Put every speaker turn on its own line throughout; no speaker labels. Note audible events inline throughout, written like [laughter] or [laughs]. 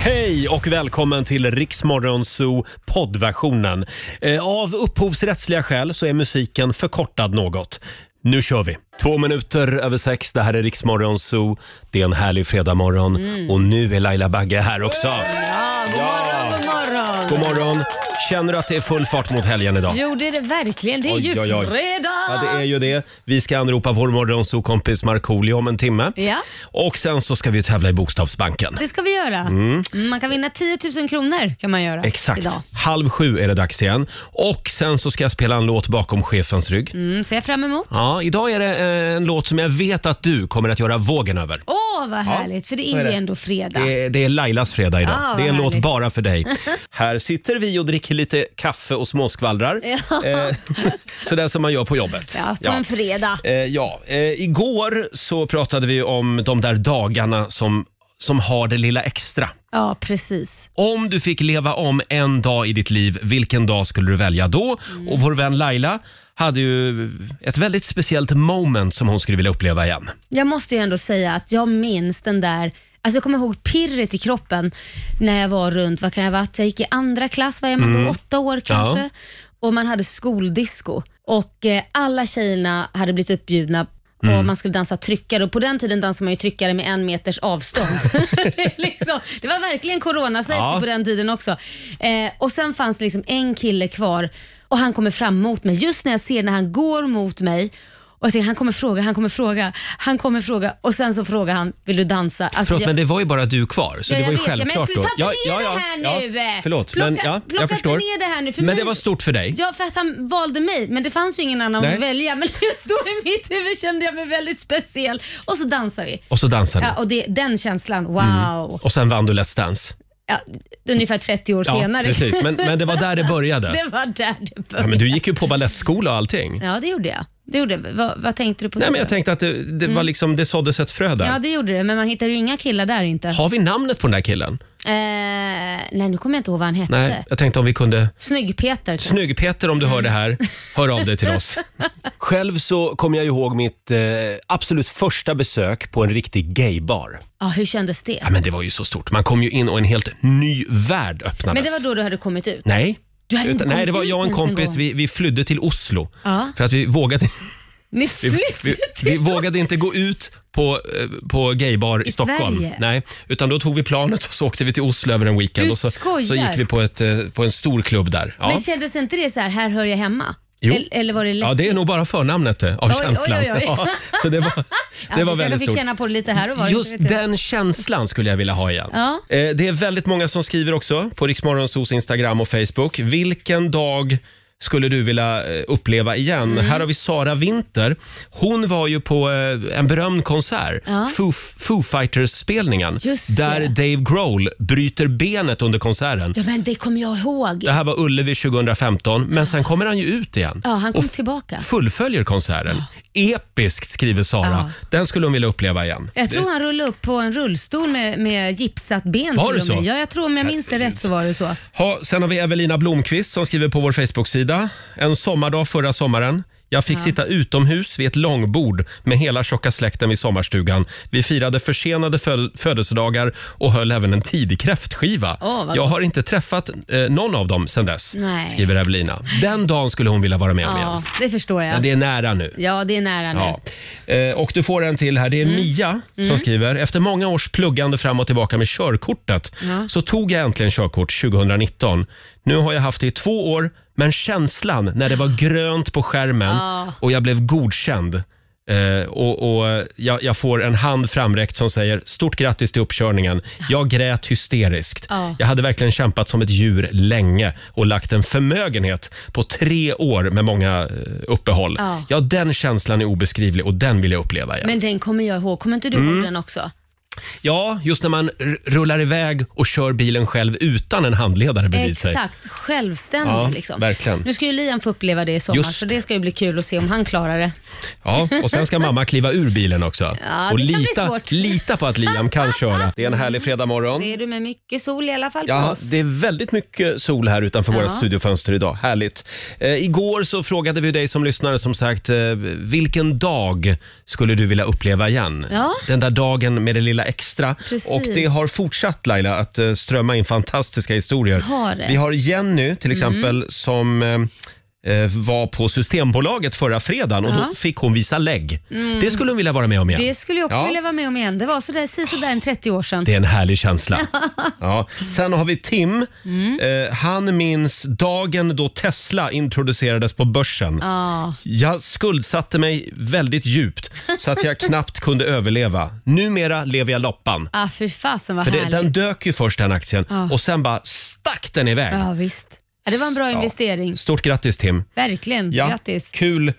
Hej och välkommen till Riksmorgon Zoo poddversionen. Eh, Av upphovsrättsliga skäl så är musiken förkortad något. Nu kör vi! Två minuter över sex, det här är Riksmorgon Zoo. Det är en härlig fredagmorgon och nu är Laila Bagge här också.
Ja, god morgon, god morgon.
God morgon! Känner du att det är full fart mot helgen idag?
Jo, det är det verkligen. Det är
Oj,
ju
oj, oj.
fredag.
Ja, det är ju det. Vi ska anropa vår morgonsokompis Markoolio om en timme.
Ja.
Och sen så ska vi tävla i Bokstavsbanken.
Det ska vi göra. Mm, Man kan vinna 10 000 kronor kan man göra
Exakt.
idag.
Halv sju är det dags igen. Och sen så ska jag spela en låt bakom chefens rygg.
Mm, ser jag fram emot.
Ja, idag är det eh, en låt som jag vet att du kommer att göra vågen över.
Åh, vad härligt. För det
så
är
är
ju
det.
ändå fredag.
Det är, det är Lailas fredag idag.
Ja, Ah, vad
det är en låt
härligt.
bara
[laughs]
för dig. Här sitter vi och dricker lite kaffe och småskvallrar. Eh, [laughs] Sådär som man gör på jobbet.
Ja, på en fredag.
Eh, ja, eh, igår så pratade vi om de där dagarna som, som har det lilla extra.
Ja, precis.
Om du fick leva om en dag i ditt liv, vilken dag skulle du välja då?
Mm.
Och vår vän Laila hade ju ett väldigt speciellt moment som hon skulle vilja uppleva igen.
Jag måste ju ändå säga att jag minns den där Alltså jag kommer ihåg pirret i kroppen när jag var runt, vad kan jag ha varit? Jag gick i andra klass, vad är man då? Åtta år kanske? Och man hade skoldisco och eh, alla tjejerna hade blivit uppbjudna och man skulle dansa tryckare och på den tiden dansade man ju tryckare med en meters avstånd. [laughs] liksom, det var verkligen coronasafety
Ja.
på den tiden också. Eh, och sen fanns det liksom en kille kvar och han kommer fram mot mig just när jag ser när han går mot mig och jag tänker, han kommer fråga, han kommer fråga, han kommer fråga och sen så frågar han, vill du dansa? Alltså,
Förlåt,
jag-
men det var ju bara du kvar. Så
Ja,
det
jag
var ju
vet, ja, men jag
självklart
skulle
då.
ta inte ner det här nu.
Förlåt,
Plocka-
men ja,
plocka
jag
inte
förstår.
ner det här nu, för
men
mig-
det var stort för dig.
Ja, för att han valde mig, men det fanns ju ingen annan
Nej.
att välja. Men just då i mitt huvud kände jag mig väldigt speciell. Och så dansar vi.
Och så dansade ni.
Ja, och det, den känslan, wow.
Och sen vann du Let's Dance.
Ja, ungefär 30 år
Mm. Ja,
senare.
precis.
[laughs]
Men, men det var där det började.
Det var där det
Ja,
började.
men du gick ju på balettskola och allting.
Ja, det gjorde jag. Det gjorde, jag. vad, vad tänkte du på
Nej,
då?
men jag tänkte att det, det, var liksom, det såddes ett frö
Ja,
där.
det gjorde det, men man hittar ju inga killar där inte. Eh,
Har vi namnet på den där killen?
nej, nu kommer jag inte ihåg vad han hette.
Nej, jag tänkte om vi kunde...
Snygg-Peter.
Snygg-Peter om du hör det här,
Mm.
hör av dig till
[laughs]
oss. Själv så kommer jag ihåg mitt eh, absolut första besök på en riktig gaybar.
Ja, hur kändes det?
Ja, men det var ju så stort. Man kom ju in och en helt ny värld öppnades.
Men det var då du hade kommit ut?
Nej.
Du hade inte
Utan,
kommit
nej, det var
ut
jag och en
ens
kompis,
gång.
vi, vi flydde till Oslo.
Ja.
För att vi vågade,
Ni
vi,
flydde
vi, vi vågade inte gå ut på, eh, på gaybar i,
I
Stockholm.
Sverige?
Nej, utan då tog vi planet och så åkte vi till Oslo över en weekend.
Du
och så,
skojar.
så gick vi på, ett, eh, på en stor klubb där. Ja.
Men kändes inte det så här, här hör jag hemma?
Jo.
Eller, eller var det
Ja,
läskigt?
det är nog bara förnamnet det, av
Oj, oj,
känslan.
oj, oj.
[laughs] Ja, så det var,
[laughs] Ja,
det
du
var
kanske
väldigt
fick
stort.
känna på det lite här och var.
Just
inte vet jag.
den känslan skulle jag vilja ha igen.
Ja.
Eh, Det är väldigt många som skriver också på Riksmorgonsos Instagram och Facebook. Vilken dag skulle du vilja eh, uppleva igen?
Mm.
Här har vi Sara Winter. Hon var ju på eh, en berömd konsert,
Ja.
Foo, Foo Fighters-spelningen,
Just
där
det.
Dave Grohl bryter benet under konserten.
Ja, men det kommer jag ihåg.
Det här var Ullevi 2015, men sen kommer han ju ut igen.
Ja, han
Och
kom tillbaka.
fullföljer konserten. Episkt skriver Sara.
Ja.
Den skulle hon vilja uppleva igen.
Jag tror han rullade upp på en rullstol med, med gipsat ben.
Var
till
det
och med.
så?
Ja, jag tror om jag minns det rätt så var det så.
Ha, sen har vi Evelina Blomqvist som skriver på vår Facebook-sida. En sommardag förra sommaren. Jag fick sitta utomhus vid ett långbord med hela tjocka släkten vid sommarstugan. Vi firade försenade föl- födelsedagar och höll även en tidig kräftskiva.
Åh, vad
jag har inte träffat eh, någon av dem sedan dess,
Nej.
skriver Evelina. Den dagen skulle hon vilja vara med om igen.
Ja, det förstår jag.
Men det är nära nu.
Ja, det är nära nu. Mm.
Ja. Eh, Och du får en till här. Det är Mia som skriver. Efter många års pluggande fram och tillbaka med körkortet så tog jag äntligen körkort 2019. Nu har jag haft det i två år, men känslan när det var grönt på skärmen
Ja.
och jag blev godkänd eh, och, och jag, jag får en hand framräckt som säger stort grattis till uppkörningen. Jag grät hysteriskt.
Ja.
Jag hade verkligen kämpat som ett djur länge och lagt en förmögenhet på tre år med många eh, uppehåll.
Ja.
Ja, den känslan är obeskrivlig och den vill jag uppleva igen.
Men den kommer jag ihåg. Kommer inte du
Mm.
ihåg den också?
Ja, just när man r- rullar iväg och kör bilen själv utan en handledare bredvid sig.
Exakt, självständig.
Ja,
liksom.
verkligen.
Nu ska ju Liam få uppleva det i sommar,
Just
så det ska ju bli kul att se om han klarar det.
Ja, och sen
[laughs]
ska mamma kliva ur bilen också.
Ja,
och
det kan bli
lita,
svårt.
lita på att Liam kan köra. Det är en härlig fredagmorgon.
Det är du med mycket sol i alla fall på
Ja,
oss.
det är väldigt mycket sol här utanför våra studiofönster idag. Härligt. Eh, igår så frågade vi dig som lyssnare som sagt, eh, vilken dag skulle du vilja uppleva igen?
Ja.
Den där dagen med det lilla extra.
Precis.
Och det har fortsatt Laila att eh, strömma in fantastiska historier.
Har det. Mm.
Vi har Jenny till exempel som eh, eh, var på Systembolaget förra fredagen och då
Ja. Mm.
fick hon visa lägg. Det skulle hon vilja vara med om igen.
Det skulle jag också
Ja.
vilja vara med om igen. Det var sådär, si sådär en 30 år sedan.
Det är en
[laughs]
härlig känsla. Ja. Sen har vi Tim.
Mm.
Eh, han minns dagen då Tesla introducerades på börsen.
Ja.
Jag skuldsatte mig väldigt djupt så att
[laughs]
jag knappt kunde överleva. Numera lever jag loppan.
Ah, fy fasen vad
För det,
härligt.
den dök ju först den aktien
Ja.
och sen bara stack den iväg.
Ja, visst. Ja, det var en bra
Ja.
investering.
Stort grattis Tim.
Verkligen.
Ja,
Mm, Grattis.
Kul,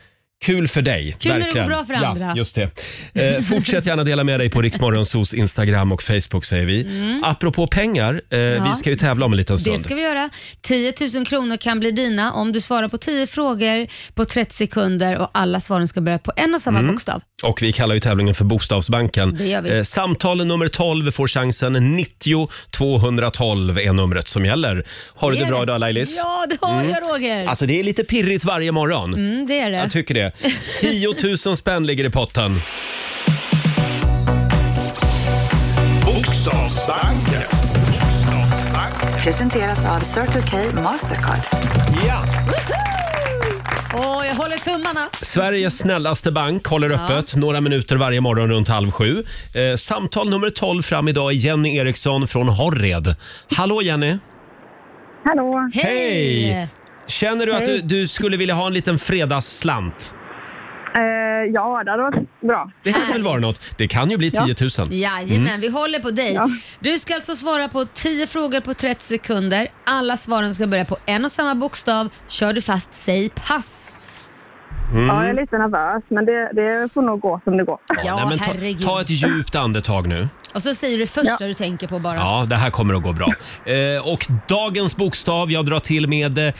kul för dig.
Kul när det
verkligen.
går bra för andra.
Ja, just det.
[laughs]
Eh, fortsätt gärna dela med dig på Riksmorgonsos Instagram och Facebook säger vi. Apropå pengar, eh, vi ska ju tävla om en liten
Mm. Det
stund.
ska vi göra. 10 000 kronor kan bli dina om du svarar på 10 frågor på 30 sekunder och alla svaren ska börja på en och samma
Mm.
bokstav.
Och vi kallar ju tävlingen för Bokstavsbanken.
Det gör vi.
Eh, samtal nummer 12 får chansen. 90 212 är numret som gäller. Har du det,
är
bra idag Lailis?
Ja, det har jag Roger.
Alltså det är lite pirrigt varje morgon.
Mm, det är det.
Jag
[laughs]
tycker det. 10 000 spänn ligger i potten.
Bokstavsbanken.
Presenteras av Circle K Mastercard.
Ja.
Åh, jag håller tummarna.
Sveriges snällaste bank håller öppet några minuter varje morgon runt halv sju. Eh, samtal nummer 12 fram idag är Jenny Eriksson från Horred. Hallå Jenny!
Hallå!
Hej!
Hej. Känner du att du, du skulle vilja ha en liten fredagsslant?
Eh, ja, det hade varit bra.
Det hade väl varit något. Det kan ju bli 10 000.
Jajamän,
Mm.
vi håller på dig. Du ska alltså svara på 10 frågor på 30 sekunder. Alla svaren ska börja på en och samma bokstav. Kör du fast, säg pass.
Mm.
Ja, jag är lite nervös, men det, det får nog gå som det går.
Ja,
Nej, men
herregud.
ta, ta ett djupt andetag nu.
Och så säger du det första du tänker på bara.
Ja, det här kommer att gå bra. Eh, och dagens bokstav, jag drar till med eh,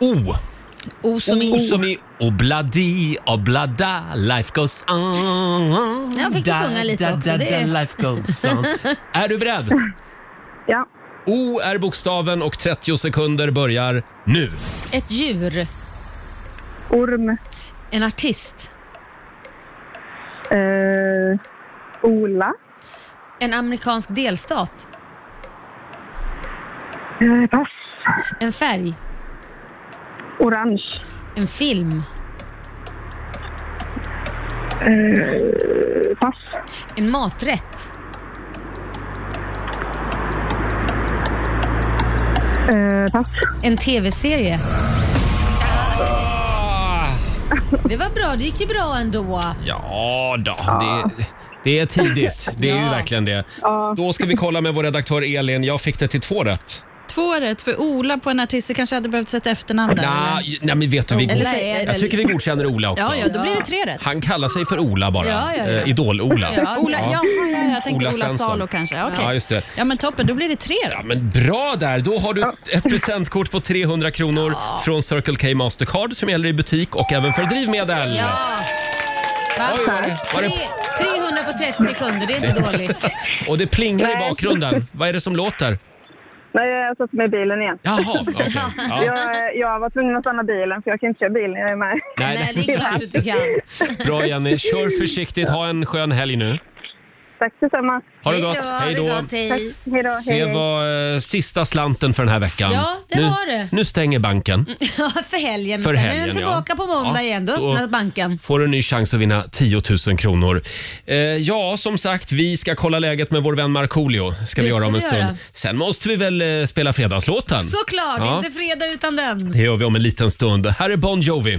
O.
O som i
O som i obladi, oblada, life goes on.
Ja, fick du sjunga lite också, det är-
life
[laughs]
goes on. är du beredd?
Ja.
O är bokstaven och 30 sekunder börjar nu.
ett djur,
Orm.
en artist,
Eh, Ola.
en amerikansk delstat,
Eh, pass.
en färg,
Orange.
en film,
Eh, pass.
en maträtt,
Eh, pass.
en tv-serie.
Ah,
Det var bra, det gick ju bra ändå.
Ja då, det, det är tidigt. Det är ju
Ja.
verkligen det.
Ja.
Då ska vi kolla med vår redaktör Elin. Jag fick det till två rätt.
Två rätt för Ola på en artist. Jag kanske hade behövt sätta efternamn där.
Nja,
eller?
j- nej, men vet du, vi,
Eller
god-
så är det
jag
väl-
tycker vi godkänner Ola också.
Ja, ja, då blir det tre rätt.
Han kallar sig för Ola bara.
Ja, ja, ja.
Eh, Idol-Ola.
Ja,
Ola, ja, ja, ja, jag tänkte
Ola
Ola,
Svensson.
Salo kanske. Ja, okej.
Ja, just det.
Ja, men toppen, då blir det tre
Ja,
då.
men bra där! Då har du ett presentkort på 300 kronor från Circle K Mastercard som gäller i butik och även för drivmedel.
Ja. Va?
Oj, var det- var det-
Tre- 300 på 30 sekunder, det är inte dåligt.
Och det plingar i
Nej.
bakgrunden. Vad är det som låter?
Nej, jag satt mig i bilen igen.
Jaha,
[laughs]
okej. Ja.
Jag, jag var tvungen att stanna bilen, för jag kan inte köra bilen. Jag är med.
Nej,
Nej, det är klart du inte kan.
Bra Jenny, kör försiktigt. Ha en skön helg nu.
[laughs] Tack detsamma.
Ha det
Hej då,
gott.
ha det gott, hej.
[laughs] Hej då.
Det
hej.
var eh, sista slanten för den här veckan.
Ja, det
nu,
var det.
Nu stänger banken.
Ja, för helgen. Men
För
sen är
helgen,
den tillbaka
ja.
på måndag
Ja,
igen. Då
då-
öppnar banken.
får du en ny chans att vinna 10 000 kronor. Eh, ja, som sagt, vi ska kolla läget med vår vän Markoolio. Ska vi
Det
göra
ska
om en
vi
stund.
göra.
Sen måste vi väl eh, spela fredagslåten?
Såklart,
Ja.
inte fredag utan den.
Det gör vi om en liten stund. Här är Bon Jovi.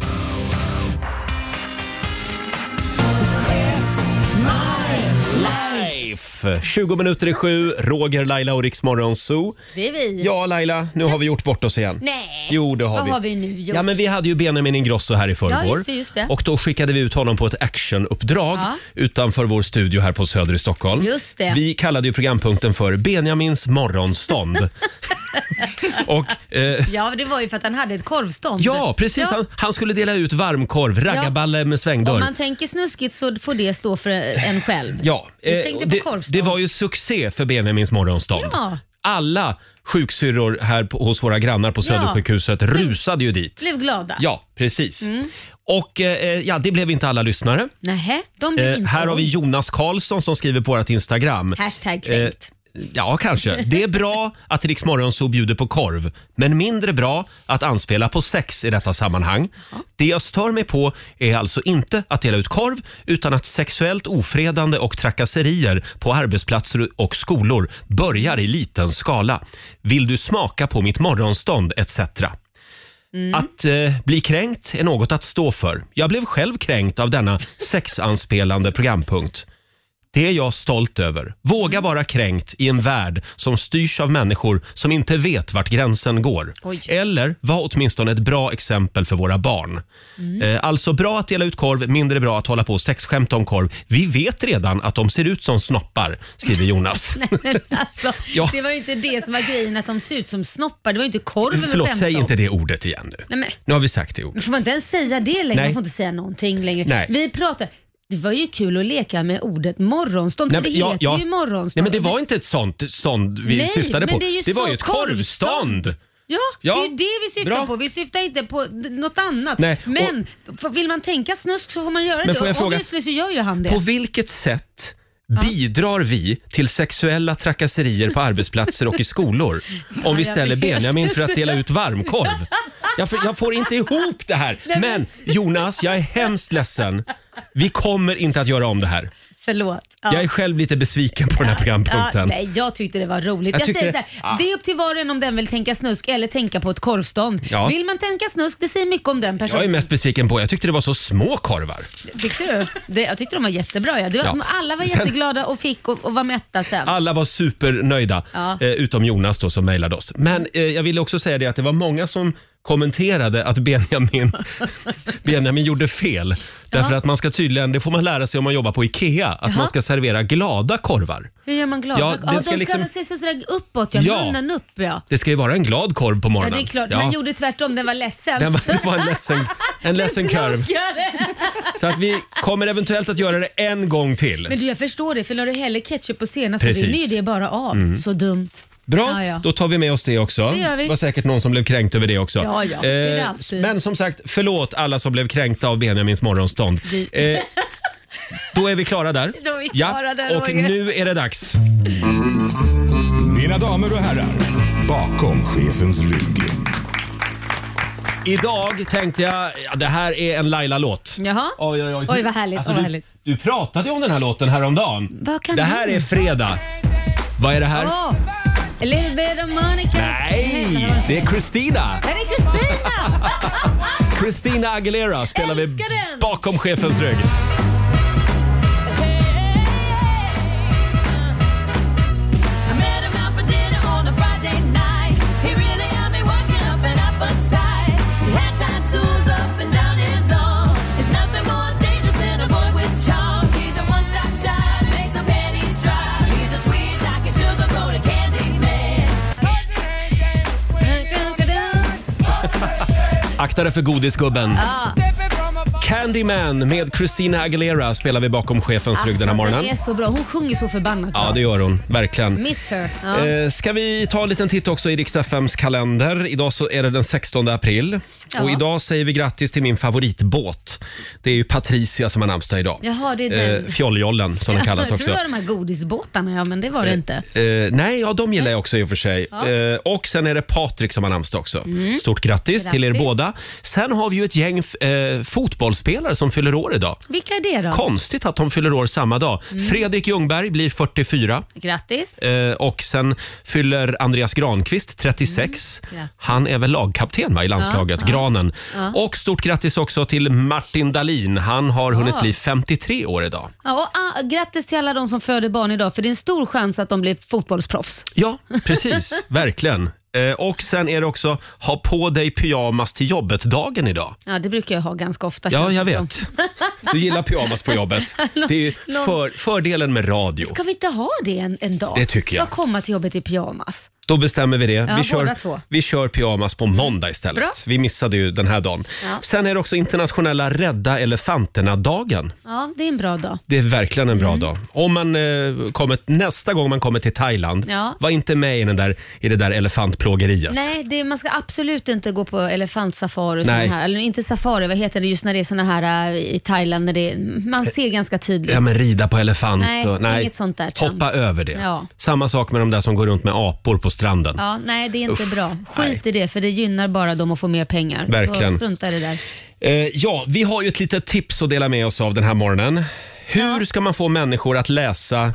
Life. 20 minuter i sju, Roger, Laila och Riksmorgon Zoo.
Det är vi.
Ja, Laila, nu har vi gjort bort oss igen.
Nej,
Jo, det har
vad
vi.
har vi nu gjort?
Ja, men vi hade ju Benjamin Ingrosso här i förrgår.
Ja, just det, just det.
Och då skickade vi ut honom på ett actionuppdrag
Ja.
utanför vår studio här på Söder i Stockholm.
Just det.
Vi kallade ju programpunkten för
[laughs]
Benjamins morgonstånd. och, eh,
Ja, det var ju för att han hade ett korvstånd.
ja, precis. Han, han skulle dela ut varmkorv, raggarballe med
Om
svängdörr.
man tänker snuskigt så får det stå för en själv.
Ja,
Vi
eh,
tänkte på
det,
korvstånd.
det var ju succé för Benjamins morgonstånd.
Ja.
alla sjuksyrror här på, hos våra grannar på Södersjukhuset rusade ju dit.
Blev glada?
Ja, precis.
Mm.
Och eh, ja, det blev inte alla lyssnare.
Nähä, de blev
Eh,
inte
här har vi Jonas Karlsson som skriver på vårt Instagram.
Hashtag kränkt.
Eh, ja, kanske. Det är bra att Rix Morgonzoo bjuder på korv, men mindre bra att anspela på sex i detta sammanhang. Det jag stör mig på är alltså inte att dela ut korv, utan att sexuellt ofredande och trakasserier på arbetsplatser och skolor börjar i liten skala. Vill du smaka på mitt morgonstånd etc.
Mm.
Att eh, bli kränkt är något att stå för. Jag blev själv kränkt av denna sexanspelande programpunkt. Det är jag stolt över.
Mm.
Våga vara kränkt i en värld som styrs av människor som inte vet vart gränsen går.
Oj.
Eller var åtminstone ett bra exempel för våra barn.
Mm.
Eh, alltså bra att dela ut korv, mindre bra att hålla på och sexskämta om korv. Vi vet redan att de ser ut som snoppar, skriver Jonas.
alltså,
Ja.
Det var ju inte det som var grejen, att de ser ut som snoppar. Det var ju inte korven vi
Eh, Förlåt,
skämtade
säg
om.
inte det ordet igen nu.
Nej, men-
Nu har vi sagt det ordet.
Får man inte ens säga det längre?
Nej.
Man får inte säga någonting längre.
Nej.
Vi pratar... Det var ju kul att leka med ordet morgonstånd, för
Nej,
det
men- ja,
heter
ja.
ju morgonstånd.
Nej, men det var inte ett sånt stånd vi
Nej,
syftade
men
på.
det är ju
var ju
så-
ett korvstånd.
korvstånd. Ja,
Ja,
det är ju det vi syftar
bra.
på. Vi syftar inte på d- något annat.
Nej, och-
men f- vill man tänka snusk så får man göra
Men
det.
får jag
Och
fråga-
Obviously så gör ju han det.
På vilket sätt bidrar vi till sexuella trakasserier på arbetspetser och
[laughs]
i skolor om vi
jag
ställer
vet.
Benjamin för att dela ut varmkorv? Jag, får- jag får inte ihop det här.
Nej, men-
Men Jonas, jag är hemskt ledsen. Vi kommer inte att göra om det här.
Förlåt. Ja.
Jag är själv lite besviken på den här
Ja,
programpunkten.
nej, jag tyckte det var roligt.
Jag
Jag,
tyckte
säger
det-
så här,
Ah.
det är upp till var och en om den vill tänka snusk eller tänka på ett korvstånd.
Ja.
Vill man tänka snusk, det säger mycket om den
Jag är
personen.
mest besviken på, jag tyckte det var så små korvar.
Tyckte du? Det, jag tyckte de var jättebra. Ja. Det var,
Ja.
Alla var
Sen- Ah.
jätteglada och fick och, och var mätta sen.
Alla var supernöjda,
Ja.
eh, utom Jonas då som mejlade oss. Men eh, jag ville också säga det att det var många som kommenterade att Benjamin, [laughs] Benjamin gjorde fel. Därför att man ska tydligen, det får man lära sig om man jobbar på IKEA, att man ska servera glada korvar.
Hur gör man glad?
Ja,
Ja,
den
de
ska
ska
liksom-
väl se sig sådär uppåt, ja.
Ja.
munnen upp ja.
Det ska ju vara en glad korv på
Ja
morgonen.
det är klart,
Ja.
han gjorde tvärtom, den var ledsen.
Den var, det var
[laughs]
en ledsen, en ledsen korv.
Smakare.
Så att vi kommer eventuellt att göra det en gång till.
Men du jag förstår det, för när du häller ketchup på senast så
Precis. Mm.
rinner ju det bara av. Så dumt.
Bra,
Ja, ja.
då tar vi med oss det också.
Det gör vi.
var säkert någon som blev kränkt över det också.
Ja, ja, det är det
Eh,
alltid.
men som sagt, förlåt alla som blev kränkta av Benjamins morgonstånd.
Vi-
Eh, då är vi klara där.
Då är vi klara där,
och
Roger.
nu är det dags.
Mina damer och herrar, bakom chefens rygg.
Idag tänkte jag, ja, det här är en Laila-låt.
Jaha.
Oj, oj, oj.
Oj, vad härligt,
Alltså,
oj, vad
du,
härligt.
du pratade ju om den här låten häromdagen.
Vad kan
det här
det-
är fredag. Vad är det här?
Åh, a little bit of Monica.
Nej, det är Christina.
Här är Kristina!
Christina Aguilera spelar vi
Älskar den!
bakom chefens rygg. Akta dig för godisgubben. Candyman med Christina Aguilera spelar vi bakom chefens rygg den här morgonen.
den Alltså, är så bra. Hon sjunger så förbannat
Ja, det gör hon. Verkligen.
Miss her. Ja.
Eh, ska vi ta en liten titt också i riksdagsfems kalender? Idag så är det den 16 april.
Ja.
Och idag säger vi grattis till min favoritbåt. Det är ju Patricia som har namnsdag idag.
Jaha, det är den.
Fjoll-jollen
[laughs]
eh, som den kallas
jag
också.
tror det var de här godisbåtarna, ja, men det var det inte.
Eh, nej, ja, de gillar jag också i och för sig. Eh, och sen är det Patrik som har namnsdag också. Stort grattis, till er
Mm. Grattis.
båda. Sen har vi ju ett gäng f- eh, fotbollsspelare som fyller år idag.
Vilka är det då?
Konstigt att de fyller år samma dag.
Mm.
Fredrik Ljungberg blir 44
Grattis.
eh, och sen fyller Andreas Granqvist 36.
Mm. grattis.
Han är väl lagkapten va, i landslaget, Granen. Och stort grattis också till Martin Dahlin. Han har hunnit
Ja.
bli 53 år idag.
Ja, och, ah, grattis till alla de som föder barn idag för det är en stor chans att de blir fotbollsproffs.
Ja,
[laughs]
precis. verkligen. Eh, Och sen är det också ha på dig pyjamas till jobbet-dagen idag.
Ja, det brukar jag ha ganska ofta.
Ja,
känns
jag
det som.
vet. Du gillar pyjamas
[laughs]
på jobbet. Det är ju för, fördelen med radio.
Ska vi inte ha det en, en dag?
Det tycker jag.
Bara komma till jobbet i pyjamas.
Då bestämmer vi det.
båda
vi, kör,
två.
vi kör pyjamas på måndag istället.
Bra.
Vi missade ju den här dagen.
Ja.
Sen är det också internationella rädda elefanterna-dagen.
Ja, det är en bra dag.
Det är verkligen en bra
Mm.
dag. Om man, eh, kommer, nästa gång man kommer till Thailand,
Ja.
var inte med i, den där, i det där elefantplågeriet.
Nej, det, man ska absolut inte gå på elefantsafari och såna
Nej.
här. Eller inte safari, vad heter det just när det är såna här äh, i Thailand när det, man ser ganska tydligt.
Eh, Ja, men rida på elefant
Nej,
och,
inget sånt där trams.
Hoppa över det.
Ja.
Samma sak med de där som går runt med apor på stranden.
Ja, nej, det är inte
Uff,
bra. Skit i det, för det gynnar bara dem att få mer pengar.
Verkligen.
Så strunta i det där.
Eh, ja, vi har ju ett litet tips att dela med oss av den här morgonen. Hur ska man få människor att läsa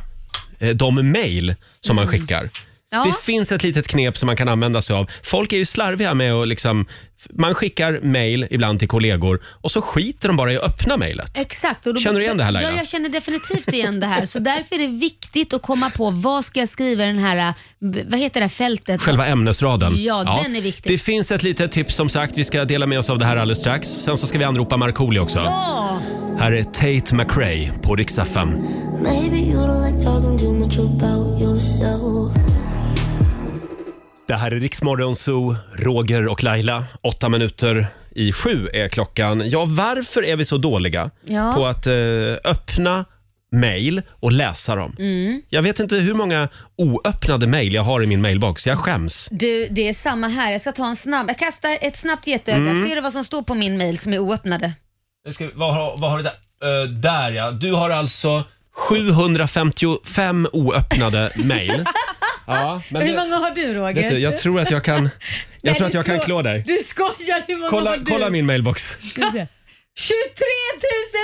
eh, de mejl som man skickar?
Mm. Ja.
Det finns ett litet knep som man kan använda sig av. Folk är ju slarviga med att liksom, man skickar mejl ibland till kollegor och så skiter de bara i att öppna mejlet.
Exakt. Och då,
Känner du igen det här, Laila?
Ja, jag känner definitivt igen det här. Så därför är det viktigt att komma på vad ska jag skriva i den här, äh, b- vad heter det här fältet?
Själva ämnesraden.
Ja, den är viktig.
Det finns ett litet tips som sagt. Vi ska dela med oss av det här alldeles strax. Sen så ska vi anropa Markoolio
[laughs]
också.
Ja,
Här är Tate McRae på Rix FM.
Maybe you don't like talking too much about yourself.
Det här är Riksmorgon Zoo, Roger och Laila. Åtta minuter i sju är klockan. Ja, varför är vi så dåliga
Ja.
på att eh, öppna mejl och läsa dem?
Mm.
Jag vet inte hur många oöppnade mejl jag har i min mailbox. Jag skäms.
du, det är samma här. Jag ska ta en snabb, jag kastar ett snabbt getöga.
Mm.
Ser du vad som står på min mail som är oöppnade?
Eh, Ska, vad, har, vad har du där? Eh, där ja. Du har alltså 755
[laughs]
oöppnade mejl. Ja, men
Hur
det,
många har du Roger?
vet du, jag tror
[laughs]
att jag kan, jag
Nej,
tror att
du
jag kan
sko-
klå dig.
Du skojar, hur många
Kolla,
har du?
kolla min mailbox.
Ska vi se. 23 390!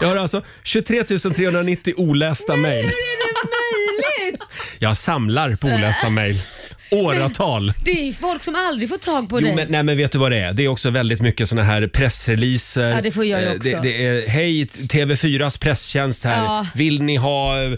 Jag har alltså 23 390 olästa mejl.
Hur är det möjligt?
Jag samlar på olästa mejl. Åratal.
Det är ju folk som aldrig får tag på
Jo,
dig.
men, nej, men vet du vad det är? Det är också väldigt mycket såna här pressreleaser.
Ja, det får jag ju
Eh,
också.
Det, det är, Hej, TV4s presstjänst här.
Ja.
Vill ni ha... eh,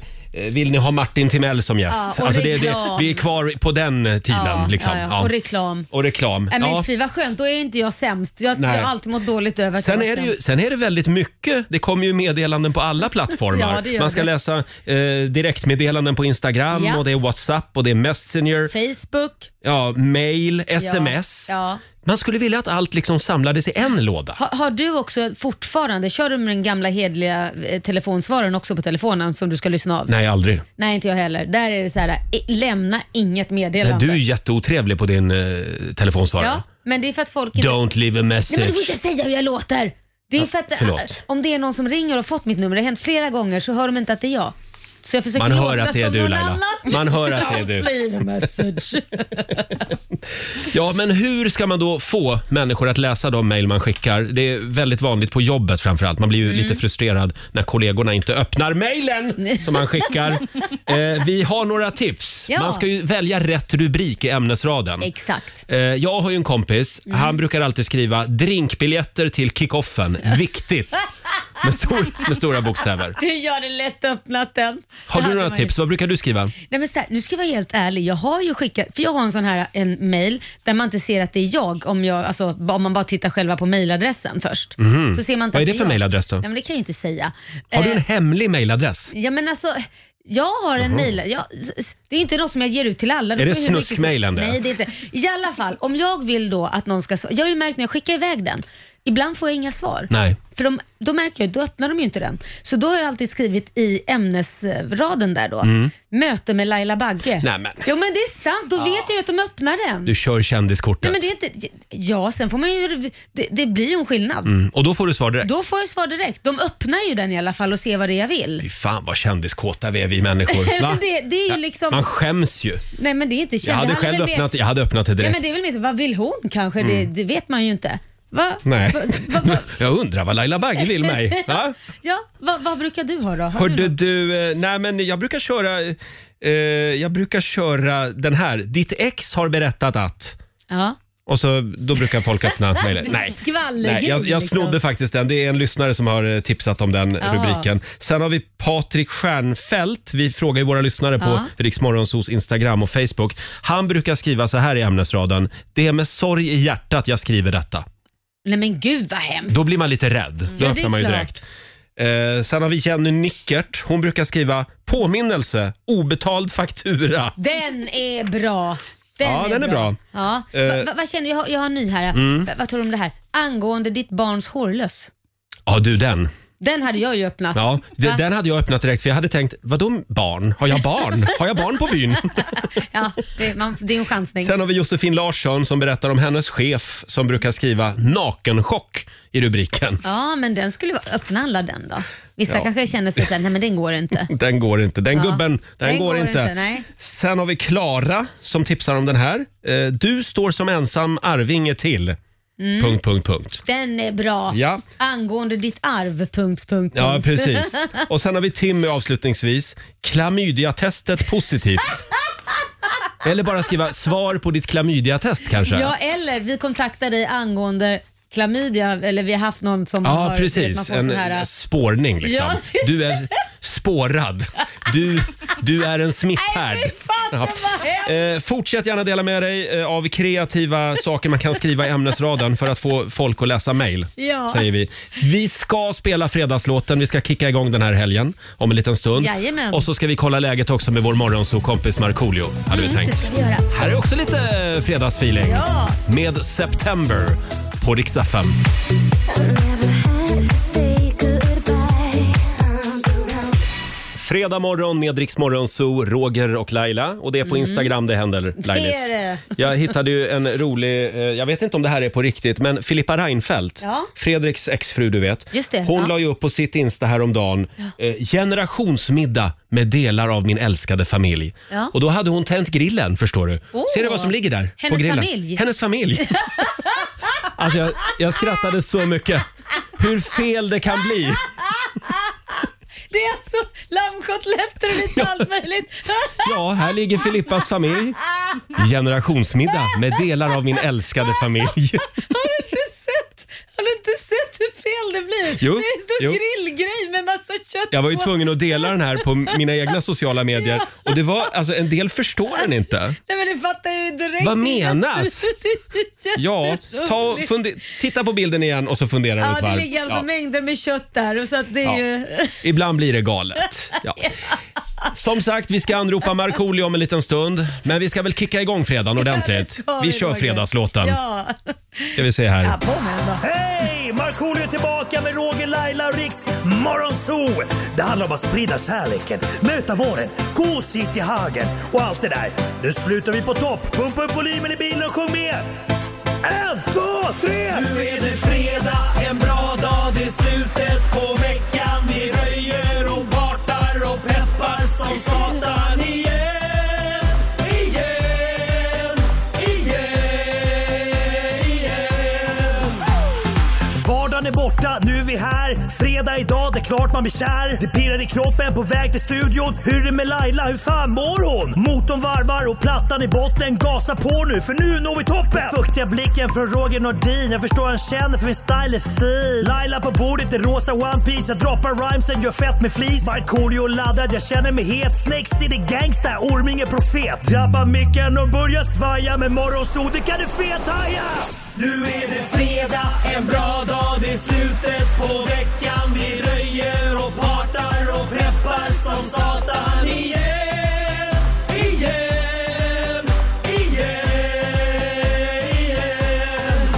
Vill ni ha Martin Timell som gäst? Alltså,
Ja, och
det, det,
reklam.
vi är kvar på den tiden.
Ja,
liksom.
ja, ja. Och reklam.
Och reklam.
Nej, men
Ja.
fy vad skönt, då är inte jag sämst. Jag, jag
Nej.
har alltid mått dåligt över att
Sen
jag var
är, det ju,
sämst.
sen är det väldigt mycket. Det kommer ju meddelanden på
[laughs]
alla
Ja,
plattformar.
det gör
Man ska
det.
läsa eh, direktmeddelanden på Instagram
Ja.
och det är WhatsApp och det är Messenger,
Facebook.
ja, mail, sms.
ja.
Man skulle vilja att allt liksom samlades i en låda.
Ha, har du också fortfarande, kör du med den gamla hedliga eh, telefonsvararen också på telefonen som du ska lyssna av?
Nej, aldrig.
Nej, inte jag heller. Där är det så här, eh, lämna inget
Nej,
meddelande.
du är jätteotrevlig på din eh, telefonsvarare.
ja, men det är för att folk inte...
Don't leave
Nej,
a
men du får
message.
inte säga hur jag låter! Det är för att eh,
förlåt.
om det är någon som ringer och fått mitt nummer, det har hänt flera gånger, så hör de inte att det är jag. Så jag försöker
Man hör
låta
att det är
som
du,
någon
Laila.
annan.
Man hör att det är
[laughs]
du.
Don't leave a message.
Ja, men hur ska man då få människor att läsa de mejl man skickar? Det är väldigt vanligt på jobbet framför allt. Man blir ju
Mm.
lite frustrerad när kollegorna inte
[laughs]
öppnar mejlen som man skickar. eh, vi har några tips.
Ja.
Man ska ju välja rätt rubrik i ämnesraden.
Exakt.
Eh, jag har ju en kompis.
Mm.
Han brukar alltid skriva drinkbiljetter till kickoffen.
[laughs]
Viktigt! Med, stor, med stora bokstäver.
Du gör [laughs] det lätt öppnat den.
Har
Det
du
hade
några
man
tips? Vad brukar du skriva?
Nej, men så här, nu ska jag vara helt ärlig. Jag har ju skickat, för jag har en sån här en mail där man inte ser att det är jag om, jag, alltså, om man bara tittar själva på mailadressen först. Så ser man inte
Mhm. Vad är
att
det för
jag.
mailadress då?
Nej, men det kan jag ju inte säga.
Har du
Eh,
en hemlig mailadress?
Ja, men alltså, jag har en mail. Jag, det är inte något som jag ger ut till alla.
Är det
får hur mycket som-
snuskmailen det?
Nej, det är inte. I alla fall, om jag vill då att någon ska svara. Jag har ju märkt när jag skickar iväg den, ibland får jag inga svar.
Nej.
För de, då märker jag, då öppnar de ju inte den. Så då har jag alltid skrivit i ämnesraden där då, möte med Laila Bagge.
Mm. Nej, men-
Jo men det är sant, då vet jag ju att de öppnar den.
Du kör kändiskortet.
Nej, men det är inte, ja, sen får man ju, det, det blir ju en skillnad.
Mm, Och då får du svar direkt.
Då får jag svar direkt. De öppnar ju den i alla fall och ser vad det är jag vill.
Fy fan vad kändiskåta vi är
[laughs]
vi människor. Va?
Men det, det är ju liksom,
Man skäms ju.
nej men det är inte känd.
Jag hade
Det handlar
själv
väl mer-
öppnat, jag hade öppnat det
Ja,
direkt. Mm.
men det är väl mer så, vad vill hon kanske? Det, det vet man ju inte. Va?
[laughs] Nej.
Va, va, va,
Jag undrar vad Laila Bagge
[laughs]
vill mig. Va?
ja, va, vad brukar du ha då? Har du
Hörde
något?
du, eh, nej men jag brukar köra eh, jag brukar köra den här. Ditt ex har berättat att...
ja.
Och så, då brukar
[laughs]
folk öppna mejlet. Nej,
Skvallergrej,
nej jag, jag
liksom.
snodde faktiskt den. Det är en lyssnare som har eh, tipsat om den
Ja.
rubriken. Sen har vi Patrik Stjernfeldt. Vi frågar ju våra lyssnare på
Ja.
Riksmorgonsos Instagram och Facebook. Han brukar skriva så här i ämnesraden. Det är med sorg i hjärtat jag skriver detta.
Nej men gud vad hemskt.
Då blir man lite rädd. Då
Ja, det är
öppnar man ju
klart.
direkt. Eh, sen har vi Jenny Nickert. Hon brukar skriva påminnelse, obetald faktura.
Den är bra. Den
Ja,
är
den är bra.
Ja.
Eh. Mm.
Va, va, vad känner du? Jag, har- jag har en ny här. Va, vad tror du om det här? Angående ditt barns hårlöss.
Ja, du den.
Den hade jag ju öppnat.
Ja, d-
Va?
den hade jag öppnat direkt för jag hade tänkt, vadå barn? Har jag barn? Har jag barn på byn?
[laughs] Ja, det, man, det är en chansning.
Sen har vi Josefin Larsson som berättar om hennes chef som brukar skriva nakenchock i rubriken.
Ja, men den skulle vara... Öppna alla den då. Vissa
Ja.
kanske känner sig såhär, nej men den går inte.
Den går inte. [laughs] Den
Ja.
gubben, den, går, inte.
nej.
Sen har vi Klara som tipsar om den här. Eh, Du står som ensam arvinge till. Punkt, punkt, punkt.
Mm. Den är bra.
Mm. Ja.
Angående ditt arv... Punkt, punkt,
Ja,
punkt.
precis.
[laughs]
Och sen har vi Timmy avslutningsvis. Klamydiatestet positivt. Eller bara skriva svar på ditt klamydiatest kanske.
Ja, eller vi kontaktar dig angående klamydia, eller vi har haft någon som
Ja,
har... Man
precis.
får
En
sån här, äh,
spårning liksom.
Ja.
Du är spårad. Du, du är en smitthärd.
Nej, fy fasen, vad hemskt!
Eh, fortsätt gärna dela med dig eh, av kreativa saker man kan skriva i ämnesraden för att få folk att läsa mejl.
Ja.
Säger vi. vi ska spela fredagslåten. Vi ska kicka igång den här helgen om en liten stund.
Jajamän.
Och så ska vi kolla läget också med vår morgonsokompis Markoolio. Hade Mm. vi
det
tänkt.
ska vi göra.
Här är också lite fredagsfeeling
Ja.
med September på riksdag fem. Fredag morgon med Rix Morgon Zoo, Roger och Laila. Och det är på Instagram det händer, Lailis.
är Mm. det.
Jag hittade ju en rolig, eh, jag vet inte om det här är på riktigt, men Filippa Reinfeldt,
Ja.
Fredriks exfru du vet.
Just det,
hon
ja.
la ju upp på sitt Insta häromdagen, eh, generationsmiddag med delar av min älskade familj.
Ja.
Och då hade hon tänt grillen förstår du.
Åh.
Ser du vad som ligger där?
Oh. Hennes
på grillen?
familj.
Hennes familj. alltså jag, jag skrattade så mycket. Hur fel det kan bli.
Det är alltså lammkotletter och lite allt möjligt. [laughs] Ah!
Ja, här ligger Filippas familj. Generationsmiddag med delar av min älskade familj.
Har du inte
[laughs]
sett, har du inte sett hur fel det blir?
Jo,
det är en stor
jo.
grillgrej med massa kött
Jag var ju
på.
tvungen att dela den här på mina egna sociala medier och det var, alltså en del förstår den inte.
Nej men det fattar jag ju direkt.
Vad menas?
[laughs] Det är ju
Ja, ta och
jätteroligt.
funde- titta på bilden igen och så fundera
Ja,
ett
det
varv.
ligger alltså
Ja.
mängder med kött där. och Så att det är ju...
Ibland blir det galet. Ja. Som sagt, vi ska anropa Markoolio om en liten stund, men vi ska väl kicka igång fredagen ordentligt.
Ja, det ska
Vi kör
Roger.
fredagslåten.
Ja.
Ska vi se här.
ja, på med den då.
Hej! Markoolio är tillbaka med Roger, Laila och Riks Morgonzoo! Det handlar om att sprida kärleken, möta våren, gosigt i hagen och allt det där. Nu slutar vi på topp! Pumpa upp volymen i bilen och sjung med! En, två, tre! Nu är det fredag, en bra dag, det är slutet på veckan. Vi röjer och partar och peppar som satan igen, igen, igen, igen. Vardagen är borta, nu är vi här. Fredag idag, det är klart man blir kär. Det pirrar i kroppen på väg till studion. Hur är det med Laila, hur fan mår hon? Motorn varvar och plattan i botten. Gasa på nu, för nu når vi toppen! Den fuktiga blicken från Roger Nordin. Jag förstår han känner, för min style är fin. Laila på bordet i rosa One Piece Jag droppar rhymesen, gör fett med flis. Markoolio laddad, jag känner mig het. Snake City gangsta, Orming är profet. Drabbar micken och börjar svaja. Med morgonsol, det kan du fethaja! Nu är det fredag, en bra dag, det är slutet på veckan. Vi röjer och partar och peppar som satan igen, igen, igen, igen.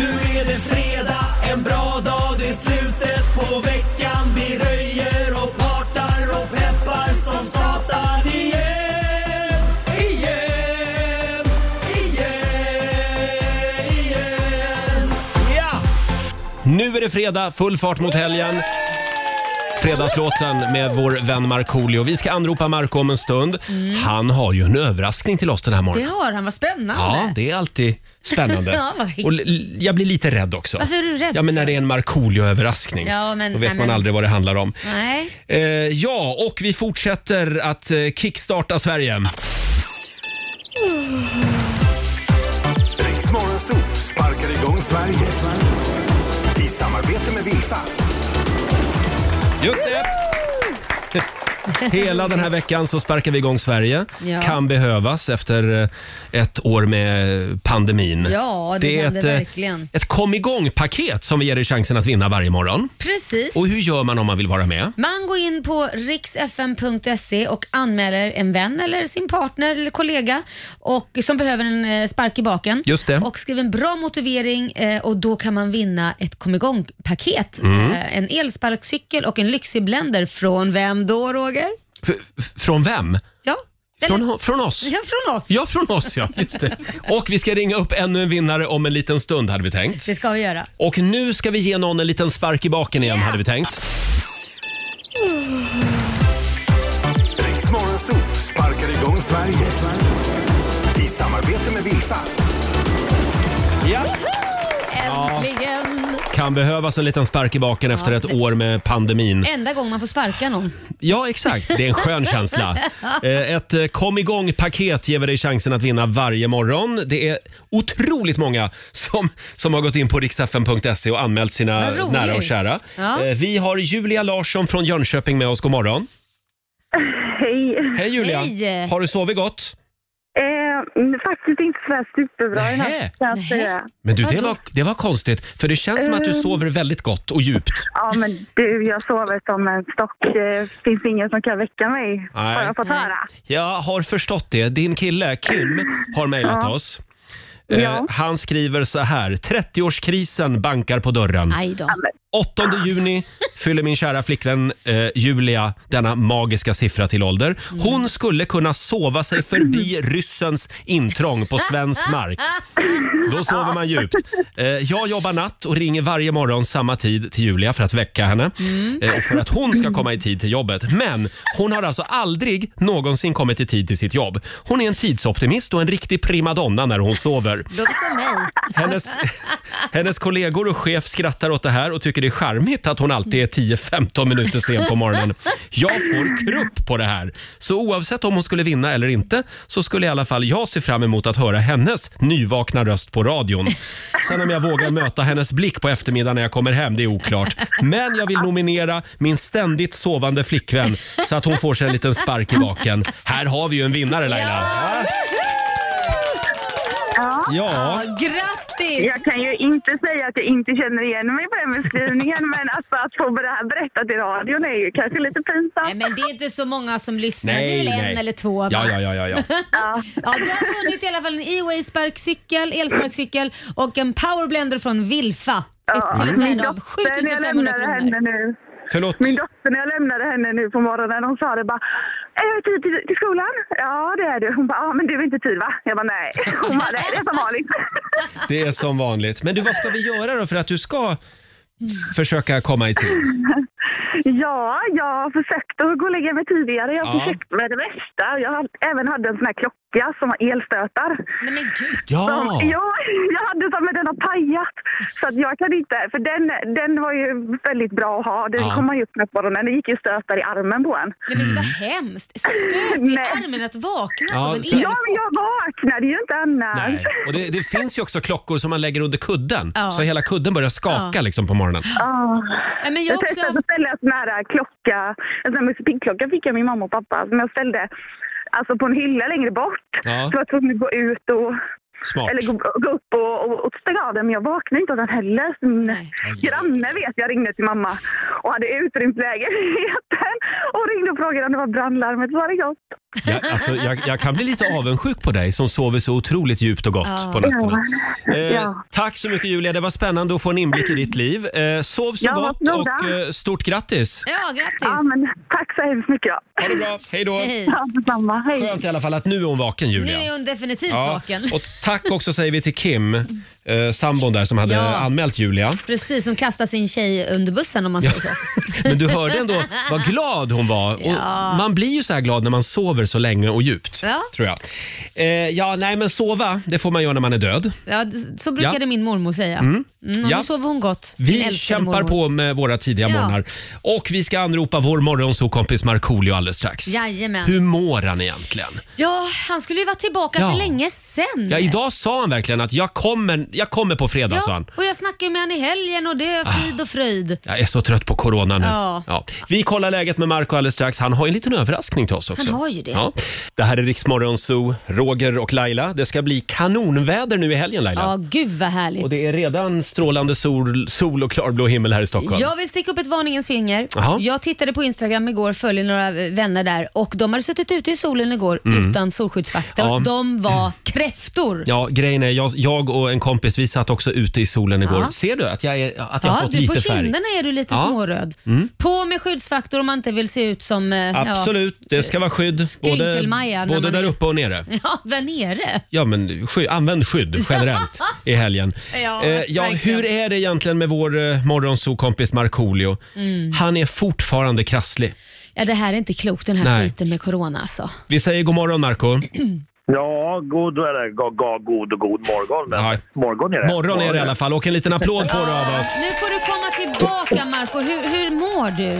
Nu är det fredag, en bra dag, det är slutet på veckan. Vi röjer och partar och peppar som satan igen, igen, igen, igen. Ja!
Nu är det fredag, full fart mot helgen. Fredagslåten med vår vän Markoolio. Vi ska anropa Marco om en stund.
Mm.
Han har ju en överraskning till oss den här
[laughs] Det
morgonen.
har han, vad spännande.
Ja, det är alltid spännande.
[laughs] Ja, vad hit-
Och l- jag blir lite rädd också.
Varför är du rädd
Ja, men när
för?
det är en Markoolio-överraskning.
Ja, men-
då vet
nej,
man
men-
aldrig vad det handlar om.
Nej.
Eh, ja, och vi fortsätter att eh, kickstarta Sverige.
Riks Morgonzoo sparkar igång Sverige. I samarbete med Vilfa.
Just det! Hela den här veckan så sparkar vi igång Sverige.
Ja.
Kan behövas efter eh, ett år med pandemin.
Ja, det händer
eh,
verkligen.
ett kom igång-paket som vi ger dig chansen att vinna varje morgon.
Precis.
Och hur gör man om man vill vara med?
Man går in på riksfn.se och anmäler en vän eller sin partner eller kollega och, som behöver en eh, spark i baken.
Just det.
Och skriver en bra motivering eh, och då kan man vinna ett kom igång-paket.
Mm.
Eh, En elsparkcykel och en lyxig blender från vem då Roger?
F- f- från vem?
Ja,
Från,
eller-
ho- från oss?
ja från oss.
Ja, från oss ja. Just det. Och vi ska ringa upp ännu en vinnare om en liten stund hade vi tänkt.
Det ska vi göra.
Och nu ska vi ge någon en liten spark i baken igen
Ja.
hade vi tänkt.
Riksmorgon Zoo sparkar igång Sverige. I samarbete med Vilfa.
Ja.
Äntligen!
Kan behövas en liten spark i baken efter ett år med pandemin.
Enda gången man får sparka någon.
Ja, exakt. Det är en skön känsla.
[laughs]
Eh, Ett eh, kom igång-paket ger vi dig chansen att vinna varje morgon. Det är otroligt många som, som har gått in på riksfn.se och anmält sina
Vad roligt.
nära och kära.
Ja.
Eh, Vi har Julia Larsson från Jönköping med oss. God morgon.
Hej.
Hej Julia!
Hej.
Har du sovit gott?
Eh, men faktiskt inte sådär superbra i natt
Nähä.
kan jag
Nähä.
säga.
Men du, det var, det var konstigt, för det känns som att
Mm.
du sover väldigt gott och djupt.
Ja men du, jag sover som en stock. Det finns ingen som kan väcka mig
Nej.
har jag fått
Nej.
höra.
Jag har förstått det. Din kille Kim har mejlat oss. Eh,
Ja.
Han skriver så här. 30-årskrisen bankar på dörren.
Aj då.
8 juni fyller min kära flickvän eh, Julia denna magiska siffra till ålder. Hon skulle kunna sova sig förbi ryssens intrång på svensk mark. Då sover man djupt. Eh, jag jobbar natt och ringer varje morgon samma tid till Julia för att väcka henne eh, och för att hon ska komma i tid till jobbet. Men hon har alltså aldrig någonsin kommit i tid till sitt jobb. Hon är en tidsoptimist och en riktig primadonna när hon sover.
Låter som mig. Alltså,
Hennes, hennes kollegor och chef skrattar åt det här och tycker det är charmigt att hon alltid är 10-15 minuter sen på morgonen. Jag får krupp på det här. Så oavsett om hon skulle vinna eller inte så skulle i alla fall jag se fram emot att höra hennes nyvakna röst på radion. Sen om jag vågar möta hennes blick på eftermiddagen när jag kommer hem, det är oklart. Men jag vill nominera min ständigt sovande flickvän så att hon får sig en liten spark i baken. Här har vi ju en vinnare Laila! Ja,
Ja, grattis!
Jag kan ju inte säga att jag inte känner igen mig på den beskrivningen [laughs] men alltså att få det här berättat i radion är ju kanske lite
Nej,
pinsamt.
men det är inte så många som lyssnar. det är
nej,
väl en
nej.
eller två
ja,
max.
ja, ja, ja, ja.
Ja.
Ja, du har vunnit i alla fall en E-way sparkcykel, elsparkcykel och en powerblender från Vilfa. Ett- Till ett
Min
värde av
dotter, när Mm.
7500
jag lämnade henne
kronor.
nu,
Förlåt.
min dotter när jag lämnade henne nu på morgonen, hon sa det bara Är jag i tid till, till skolan? Ja det är du. Hon bara, ja men du är inte i tid va? Jag bara nej. Hon bara, nej det är som vanligt.
Det är som vanligt. Men du, vad ska vi göra då för att du ska f- försöka komma i tid?
[laughs] Ja, jag försökte att gå och lägga mig tidigare. Jag
Ja.
försökte med det mesta. Jag hade, även hade en sån här klocka som har elstötar.
Nej men gud.
Ja!
Som, ja, jag hade som men den har pajat. Så att jag kan inte, för den, den var ju väldigt bra att ha. Den
Ja. Mm.
kom man ju upp med på morgonen. Det gick ju stötar i armen på en.
Nej, men vad hemskt. Stöt i
Nej.
armen att vakna
Ja,
som en
så-
Ja, men
elchock.
jag vaknade ju inte annars.
Nej. Och det, det finns ju också klockor som man lägger under kudden
Ja.
så hela kudden börjar skaka
Ja.
liksom på morgonen.
Ah.
Nej, men jag
Jag
också...
testade att ställa en sån här äh, klocka, en sån här Musse Pigg-klocka fick jag av min mamma och pappa som jag ställde alltså på en hylla längre bort.
Ja.
Så jag var tvungen att gå ut och
Smart.
Eller gå, gå upp och, och, och stänga av den, men jag vaknade inte av den heller. Så Min
Nej.
granne vet jag ringde till mamma och hade utrymt lägenheten och ringde och frågade om det var brandlarmet. Var det gott?
Jag, alltså, jag, jag kan bli lite avundsjuk på dig som sover så otroligt djupt och gott på nätterna. Eh,
Ja.
Tack så mycket Julia, det var spännande att få en inblick i ditt liv. Eh, sov så
Ja,
gott
varsågoda.
och eh, stort grattis!
Ja,
Ja,
grattis.
men tack så hemskt mycket. Då.
Ha det bra, hej då!
Hej.
Ja, detsamma. Hej.
Skönt i alla fall att nu är hon vaken
Nu
Julia.
är hon definitivt
Ja.
vaken.
Och tack också säger vi till Kim, eh, sambon där som hade
Ja.
anmält Julia.
Precis, som kastar sin tjej under bussen om man säger så.
Men du hörde ändå vad glad hon var. Och
Ja.
Man blir ju så här glad när man sover så länge och djupt.
Ja.
Tror jag. Eh, ja, nej men sova, det får man göra när man är död.
Ja, d- så brukade
Ja.
min mormor säga. Mm. och
Ja.
Nu sover hon gott. Min
Vi
älskade
kämpar
mormor.
på med våra tidiga
Ja.
morgnar. Och vi ska anropa vår morgonsokompis Markoolio alldeles strax.
Jajamän.
Hur mår han egentligen?
Ja, han skulle ju vara tillbaka
Ja.
för länge sen.
Ja, idag sa han verkligen att jag kommer, jag kommer på fredag, sa
ja,
han.
och jag snackade ju med honom i helgen och det är frid och fröjd.
Jag är så trött på corona nu.
Ja.
Vi kollar läget med Marco alldeles strax. Han har ju en liten överraskning till oss också.
Han har ju det.
Ja. Det här är Riksmorgon Zoo, Roger och Laila. Det ska bli kanonväder nu i helgen Laila.
Ja, gud vad härligt.
Och det är redan strålande sol, sol och klarblå himmel här i Stockholm.
Jag vill sticka upp ett varningens finger.
Jaha.
Jag tittade på Instagram igår, följer några vänner där och de hade suttit ute i solen igår utan solskyddsfaktor.
Mm. Ja.
De var kräftor.
Ja, grejen är, jag, jag och en kompis vi satt också ute i solen igår.
Ja.
Ser du att jag, är, att jag har
Ja,
fått
du, på
lite färg?
kinderna är du lite
Ja. Mm.
småröd. På med skyddsfaktor om man inte vill se ut som... eh,
Absolut, det ska vara skydd både,
Skrynkelmaja när
både
man
där
är-
uppe och nere.
Ja, [laughs] ja där nere.
Ja, men sky, använd
[laughs]
skydd generellt i helgen.
Ja,
eh, ja,
verkligen.
hur är det egentligen med vår eh, morgonsokompis Markoolio?
Mm.
Han är fortfarande krasslig.
Ja, det här är inte klokt den här
Nej.
skiten med corona alltså.
Vi säger god
[clears throat]
morgon Marco.
Ja, god, eller, god, god, god, och god morgon. Men
Ja.
Morgon är det.
Morgon är det i alla fall och en liten applåd får du av oss.
Nu får du komma tillbaka Marco. Hur, hur mår du?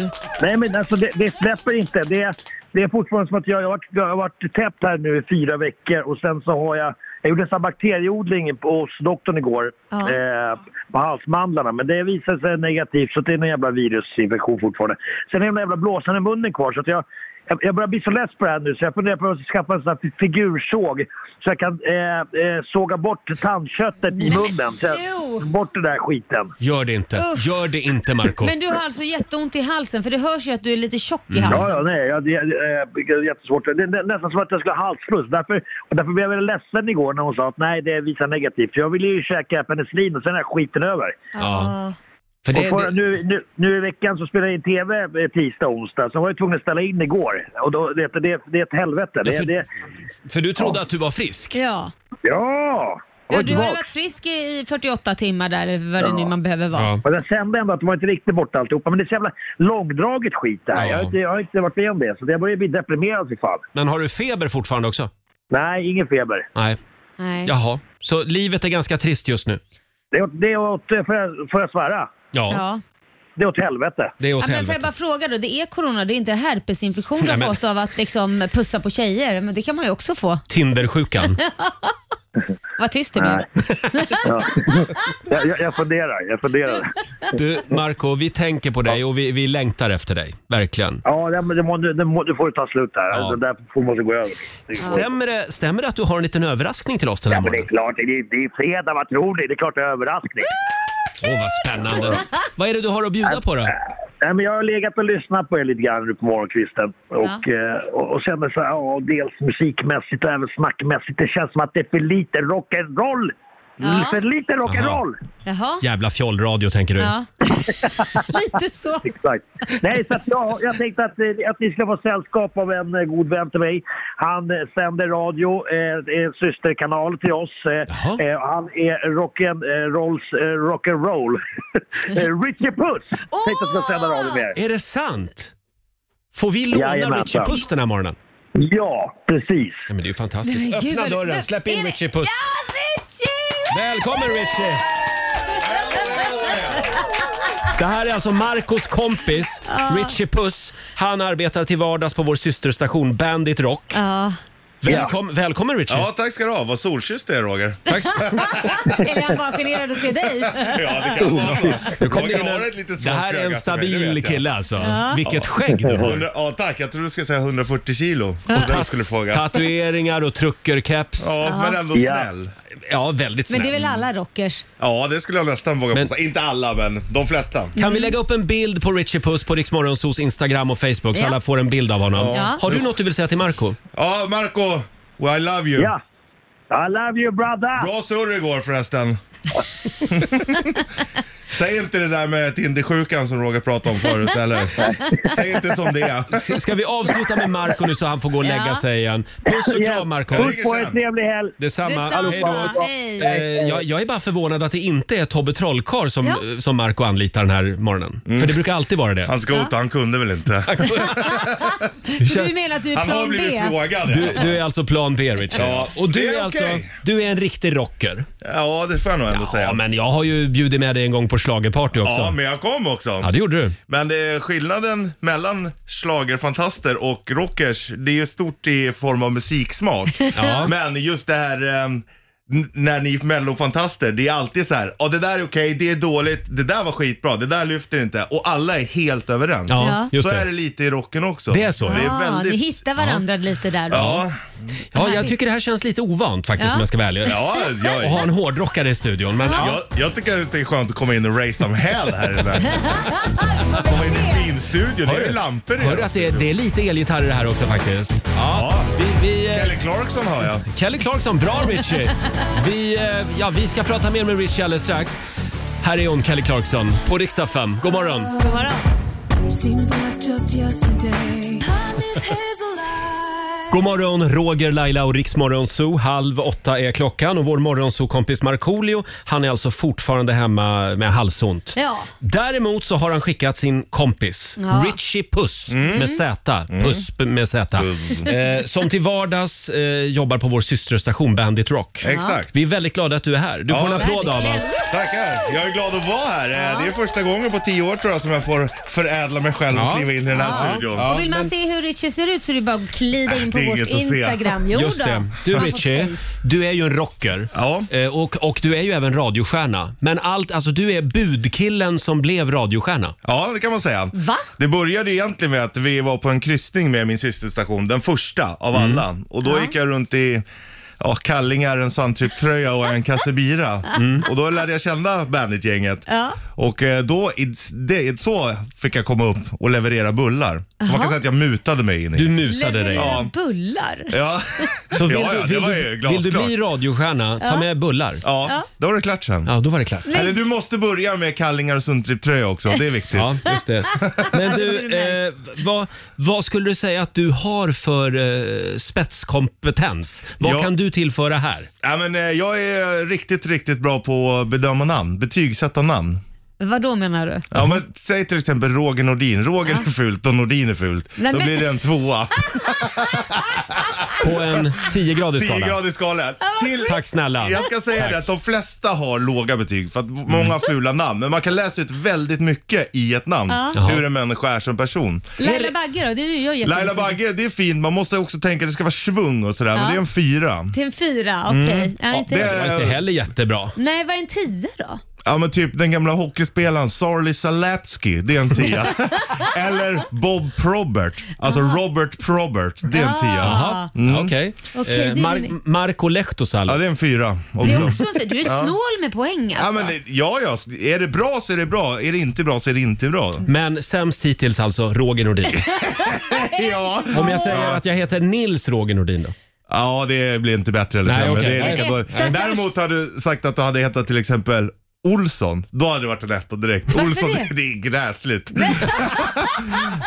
Nej, men alltså det, det släpper inte. Det, det är fortfarande som att jag, jag, har, varit- jag har varit täppt här nu i fyra veckor och sen så har jag... Jag gjorde en sån här bakterieodling på- hos doktorn igår
Ja.
eh, på halsmandlarna men det visade sig negativt så det är någon jävla virusinfektion fortfarande. Sen är den jävla blåsan i munnen kvar så att jag, jag, jag börjar bli så less på det här nu så jag funderar på att skaffa en sån här fi- figursåg så jag kan eh, eh, såga bort tandköttet i munnen. Så
jo.
jag, bort den där skiten.
Gör det inte.
Uff.
Gör det inte Marco.
Men du har alltså jätteont i halsen för det hörs ju att du är lite tjock i
Mm. Ja,
halsen.
ja, nej, ja, det, eh, det är jättesvårt. Det är nä- nästan som att jag skulle ha halsfluss. Därför, och därför blev jag ledsen igår när hon sa att nej, det visar negativt. För jag ville ju käka penicillin och sen är den här skiten över.
Ja. För
Och
det, det,
för, Nu, nu, nu i veckan så spelade jag in TV eh, tisdag och onsdag. Så var jag tvungen att ställa in igår. Och då, det, det, det är ett helvete.
Ja,
Det,
för-
det,
för du trodde att du var frisk?
Ja.
ja!
Ja, du
Jag var
har ju
tillbaka.
varit frisk i 48 timmar där, eller vad det nu man behöver vara.
Ja.
Och jag kände ändå att det var inte riktigt borta alltihopa. Men det är så jävla långdraget skit det här.
Ja.
Jag, har inte, jag har inte varit med om det. Så jag börjar bli deprimerad i fall.
Men har du feber fortfarande också?
Nej, ingen feber.
Nej.
Nej.
Jaha. Så livet är ganska trist just nu?
Det, är- det är åt, eh, får jag, får jag svära?
Ja.
Ja.
Det är åt helvete.
Det är
Ja,
åt
men får jag
helvete.
bara fråga då, det är corona, det är inte herpesinfektion du
Nej,
har
men-
fått av att liksom pussa på tjejer? Men det kan man ju också få.
Tindersjukan.
Vad tyst det blev.
Nej. [laughs] Ja. jag, jag, jag funderar, jag funderar.
Du, Marco, vi tänker på dig och vi, vi längtar efter dig. Verkligen.
Ja, det, det, må, det, må, det får du ta slut där.
Ja.
Det där får, måste gå över. Det, går-
Stämmer det, Eh, stämmer det att du har en liten överraskning till oss den här
ja, men det är
morgonen?
klart, det är, det är fredag, vad tror ni? Det är klart det är överraskning.
Åh, vad spännande. Vad är det du har att bjuda på då?
Nej, men jag har legat och lyssnat på er lite grann nu på morgonkvisten och, eh, och, och känner så här, ja, dels musikmässigt och även snackmässigt. Det känns som att det är för lite rock'n'roll.
Ja.
För lite rock'n'roll!
Jaha?
Jävla fjollradio tänker du.
[laughs]
Ja. Lite så.
Exakt. Nej, så att jag, jag tänkte att, eh, att ni skulle få sällskap av en eh, god vän till mig. Han eh, sänder radio, eh, eh, systerkanal till oss.
Jaha.
Eh, eh, han är rock'n'rolls eh, rock'n'roll. [laughs] Eh, Richie Puss! Tänkte att jag skulle sända radio med er.
Är det sant? Får vi låna
Jajamensan.
Richie Puss den här morgonen?
Ja, precis.
Nej, men det är ju fantastiskt.
Nej, men gud,
Öppna
vad-
dörren,
vem-
släpp
är
in
det-
Richie Puss.
Ja, Richie!
Välkommen Richie! Det här är alltså Marcos kompis, Richie Puss. Han arbetar till vardags på vår systerstation Bandit Rock.
Ja.
Välkom, välkommen Richie!
Ja, tack ska du ha. Vad solkysst det är, Roger.
Tack.
[laughs] Eller jag bara generad att se dig.
Ja, det kan vara så.
Nu kom det,
Roger
in
har
en,
ett litet
det här
svagt
är en
öga för mig, det
stabil
vet jag.
kille alltså. Vilket skägg du har.
Hundra- Ja, tack. Jag trodde du skulle säga 140 kilo. Och du skulle fråga.
Tatueringar och truckerkeps. Ja.
Ja, men ändå
Ja.
snäll.
väldigt
Men
snäll.
det är väl alla rockers?
Ja, det skulle jag nästan våga
Men-
påstå. Inte alla, men de flesta.
Kan
Mm.
vi lägga upp en bild på Richie Puss på Rix Morgonzos Instagram och Facebook så
Ja.
alla får en bild av honom?
Ja.
Har du något du vill säga till Marco?
Ja, Marco. Well, I love you.
Ja. I love you brother! [laughs]
Bra surr igår förresten. Säg inte det där med tindersjukan som Roger pratade om förut
[laughs]
eller? Säg inte som det är.
Ska vi avsluta med Marco nu så han får gå och lägga
Ja.
sig igen? Puss och kram Marco
Puss på er,
trevlig helg!
Detsamma,
Detsamma.
hej då.
Hej.
Eh, jag, jag är bara förvånad att det inte är Tobbe Trollkarl som,
Ja.
som Marco anlitar den här morgonen. För det brukar alltid vara det.
Han ska ut och Mm. han kunde väl inte.
Så du menar att du är plan B?
Du, du är alltså plan B Richard.
Ja,
och du
det
är,
är
alltså,
okej.
du är en riktig rocker.
Ja, det får jag nog ändå säga.
Ja, men jag har ju bjudit med dig en gång på schlagerparty också.
Ja, men jag kom också.
Ja, det gjorde du.
Men det är skillnaden mellan schlagerfantaster och rockers, det är ju stort i form av musiksmak.
[laughs] Ja.
Men just det här ehm, n- när ni är mellofantaster, det är alltid så här, ja det där är okej, det är dåligt, det där var skitbra, det där lyfter inte. Och alla är helt överens.
Ja, Ja. just
Så
det.
är det lite i rocken också.
Det är så, ja.
Det är
Ja, ni
väldigt...
hittar varandra lite där. då.
Ja.
Ja, jag tycker det här känns lite ovant faktiskt
Ja.
om jag ska vara ärlig.
Ja, jag är-
Och ha en hårdrockare i studion. Men, ja.
Jag, jag tycker att det är skönt att komma in och raise some hell här [laughs]
[laughs]
inne. Komma in i finstudion, det är ju lampor i
Hör du
hela
att det är, det är lite elgitarrer här också faktiskt? Ja. Vi, vi, eh,
Kelly Clarkson har jag.
Kelly Clarkson, bra Richie! Vi, eh, ja, vi ska prata mer med Richie alldeles strax. Här är hon, Kelly Clarkson, på riksdag 5. God morgon!
God morgon.
God morgon, Roger, Laila och Riksmorgonzoo. Halv åtta är klockan och vår morgonzoo-kompis Markoolio, han är alltså fortfarande hemma med halsont.
Ja.
Däremot så har han skickat sin kompis,
Ja.
Richie Puss med Z, Puss med Z, eh, som till vardags eh, jobbar på vår systerstation Bandit Rock.
Ja. Exakt.
Vi är väldigt glada att du är här. Du får en applåd av oss.
Tackar. Jag är glad att vara här. Eh, Det är första gången på tio år tror jag som jag får förädla mig själv
Ja.
och kliva in i den här
Ja.
studion.
Ja,
och vill man se hur Richie ser ut så är det bara att glida in på
Ah, det är
vårt
inget att se.
Instagram. Jo
Just
då.
det. Du
Man får
Richie,
face.
du är ju en rocker. Eh, Och, och du är ju även radiostjärna. Men allt, alltså du är budkillen som blev radiostjärna.
Ja, det kan man säga. Det började egentligen med att vi var på en kryssning med min systerstation, den första av
Mm.
alla. Och då gick jag runt i ja, kallingar, en sandtrypptröja och en kassebira.
Mm.
Och då lärde jag känna Bandit-gänget.
Ja.
Och eh, då, i s- det, i- så fick jag komma upp och leverera bullar. Så man
Jaha.
kan säga att jag mutade mig in i.
Du
Ja.
Leverera bullar.
[laughs] Ja.
Så vill,
ja, ja,
du,
det var ju
vill, du, vill du
glasklart.
bli radiostjärna,
Ja.
ta med bullar.
Ja, då var det klart sen.
Ja, då var det klart.
Eller du måste börja med kallingar och sundtripptröja också, det är viktigt.
Ja, just det. Men du, eh, vad, vad skulle du säga att du har för eh, spetskompetens? Vad
Ja.
kan du tillföra här?
[laughs] Ja, men, eh, jag är riktigt, riktigt bra på att bedöma namn, betygsätta namn.
Vad då menar du?
Ja, men, säg till exempel Roger Nordin. Roger är fult och Nordin är fult.
Nej,
Då
men-
blir det
[laughs]
en tvåa.
På en 10-gradig skala.
10-gradig skala. Till...
Tack snälla.
Jag ska säga
Tack. Mm.
det att de flesta har låga betyg för att många har fula namn. Men man kan läsa ut väldigt mycket i ett namn.
Ja.
Hur en människa är som person.
Laila Bagge då? Det är jag jättemycket.
Laila Bagge, det är fint. Man måste också tänka att det ska vara svung och sådär.
Ja.
Men det är en fyra.
Till en fyra, okej.
Mm.
Ja,
Ja,
inte...
det var inte
heller jättebra.
Nej, vad är en tia då?
Ja men typ den gamla hockeyspelaren Sarli Salapski, det
[laughs]
är en tia. Eller Bob Probert, alltså Robert Probert, det är en tia.
Jaha, okej.
Ah.
Eh,
Okej, det är din-
Mar- Marco Lehtosalo.
Mm. Ja det är en fyra också.
Det är också en fyra. Du är
Ja.
snål med poäng
Ja,
alltså.
men, det- ja, ja, är det bra så är det bra, är det inte bra så är det inte bra.
Men sämst hittills alltså, Roger Nordin.
[laughs]
ja.
Om jag säger att jag heter Nils Roger Nordin då?
Ja, det blir inte bättre eller
Nej,
sämre.
okej.
Det är lika
Nej.
dåligt. Däremot hade du sagt att du hade hetat till exempel Olsson, då hade det varit en etta direkt. Olsson,
det?
[laughs] det? är gräsligt.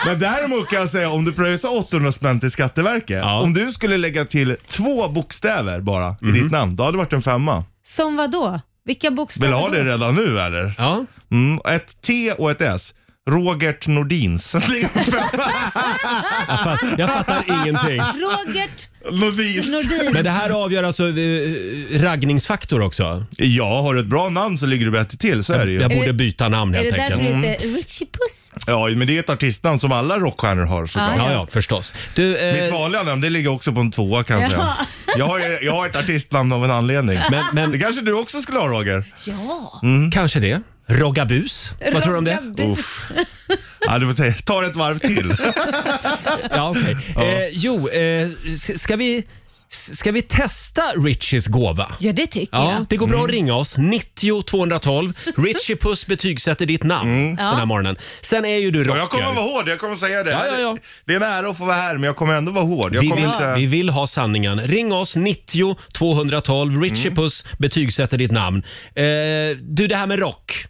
Men däremot kan jag säga om du pröjsar 800 spänn till Skatteverket. Om du skulle lägga till två bokstäver bara i
Mhm.
ditt namn, då hade det varit en femma.
Som vad då? Vilka bokstäver?
Vill ha
då?
det redan nu eller?
Ja.
Mm, ett T och ett S. Rogert Nordins. [laughs] Det är en femma.
Jag, fatt,
[laughs]
jag fattar ingenting.
Rogert
Nordin.
Nordin.
Men det här avgör alltså eh, raggningsfaktor också?
Ja, har du ett bra namn så ligger du bättre till, så är det ju.
Jag borde byta namn
Är
helt
det därför
enkelt.
det heter
Mm.
Richie Puss?
Ja, men det är ett artistnamn som alla rockstjärnor har såklart.
Ja, ja, förstås. Du, eh,
Mitt vanliga namn det ligger också på en tvåa kan jag säga. Jag har, jag har ett artistnamn av en anledning.
Men- men- Mm.
Det kanske du också skulle ha Roger?
Ja.
Kanske det. Roggabus. Vad tror du om det?
Roggabus.
Ja, du får ta, ta det ett varv till.
[laughs] Ja, okej. eh, jo, eh, s- ska, vi, s- ska vi testa Richies gåva?
Ja, det tycker
Ja,
jag.
det går bra
Mm.
att ringa oss. 90 212. Richie Puss betygsätter ditt namn den här
Ja.
morgonen. Sen är ju du rocker.
Mm. Jag kommer vara hård, jag kommer säga det.
Ja, ja, ja.
Det är en ära att få vara här men jag kommer ändå vara hård. Jag
Vi
kommer
vill,
inte...
vi vill ha sanningen. Ring oss, 90
Mm. Mm.
212. Richie Puss betygsätter ditt namn. Eh, du, det här med rock.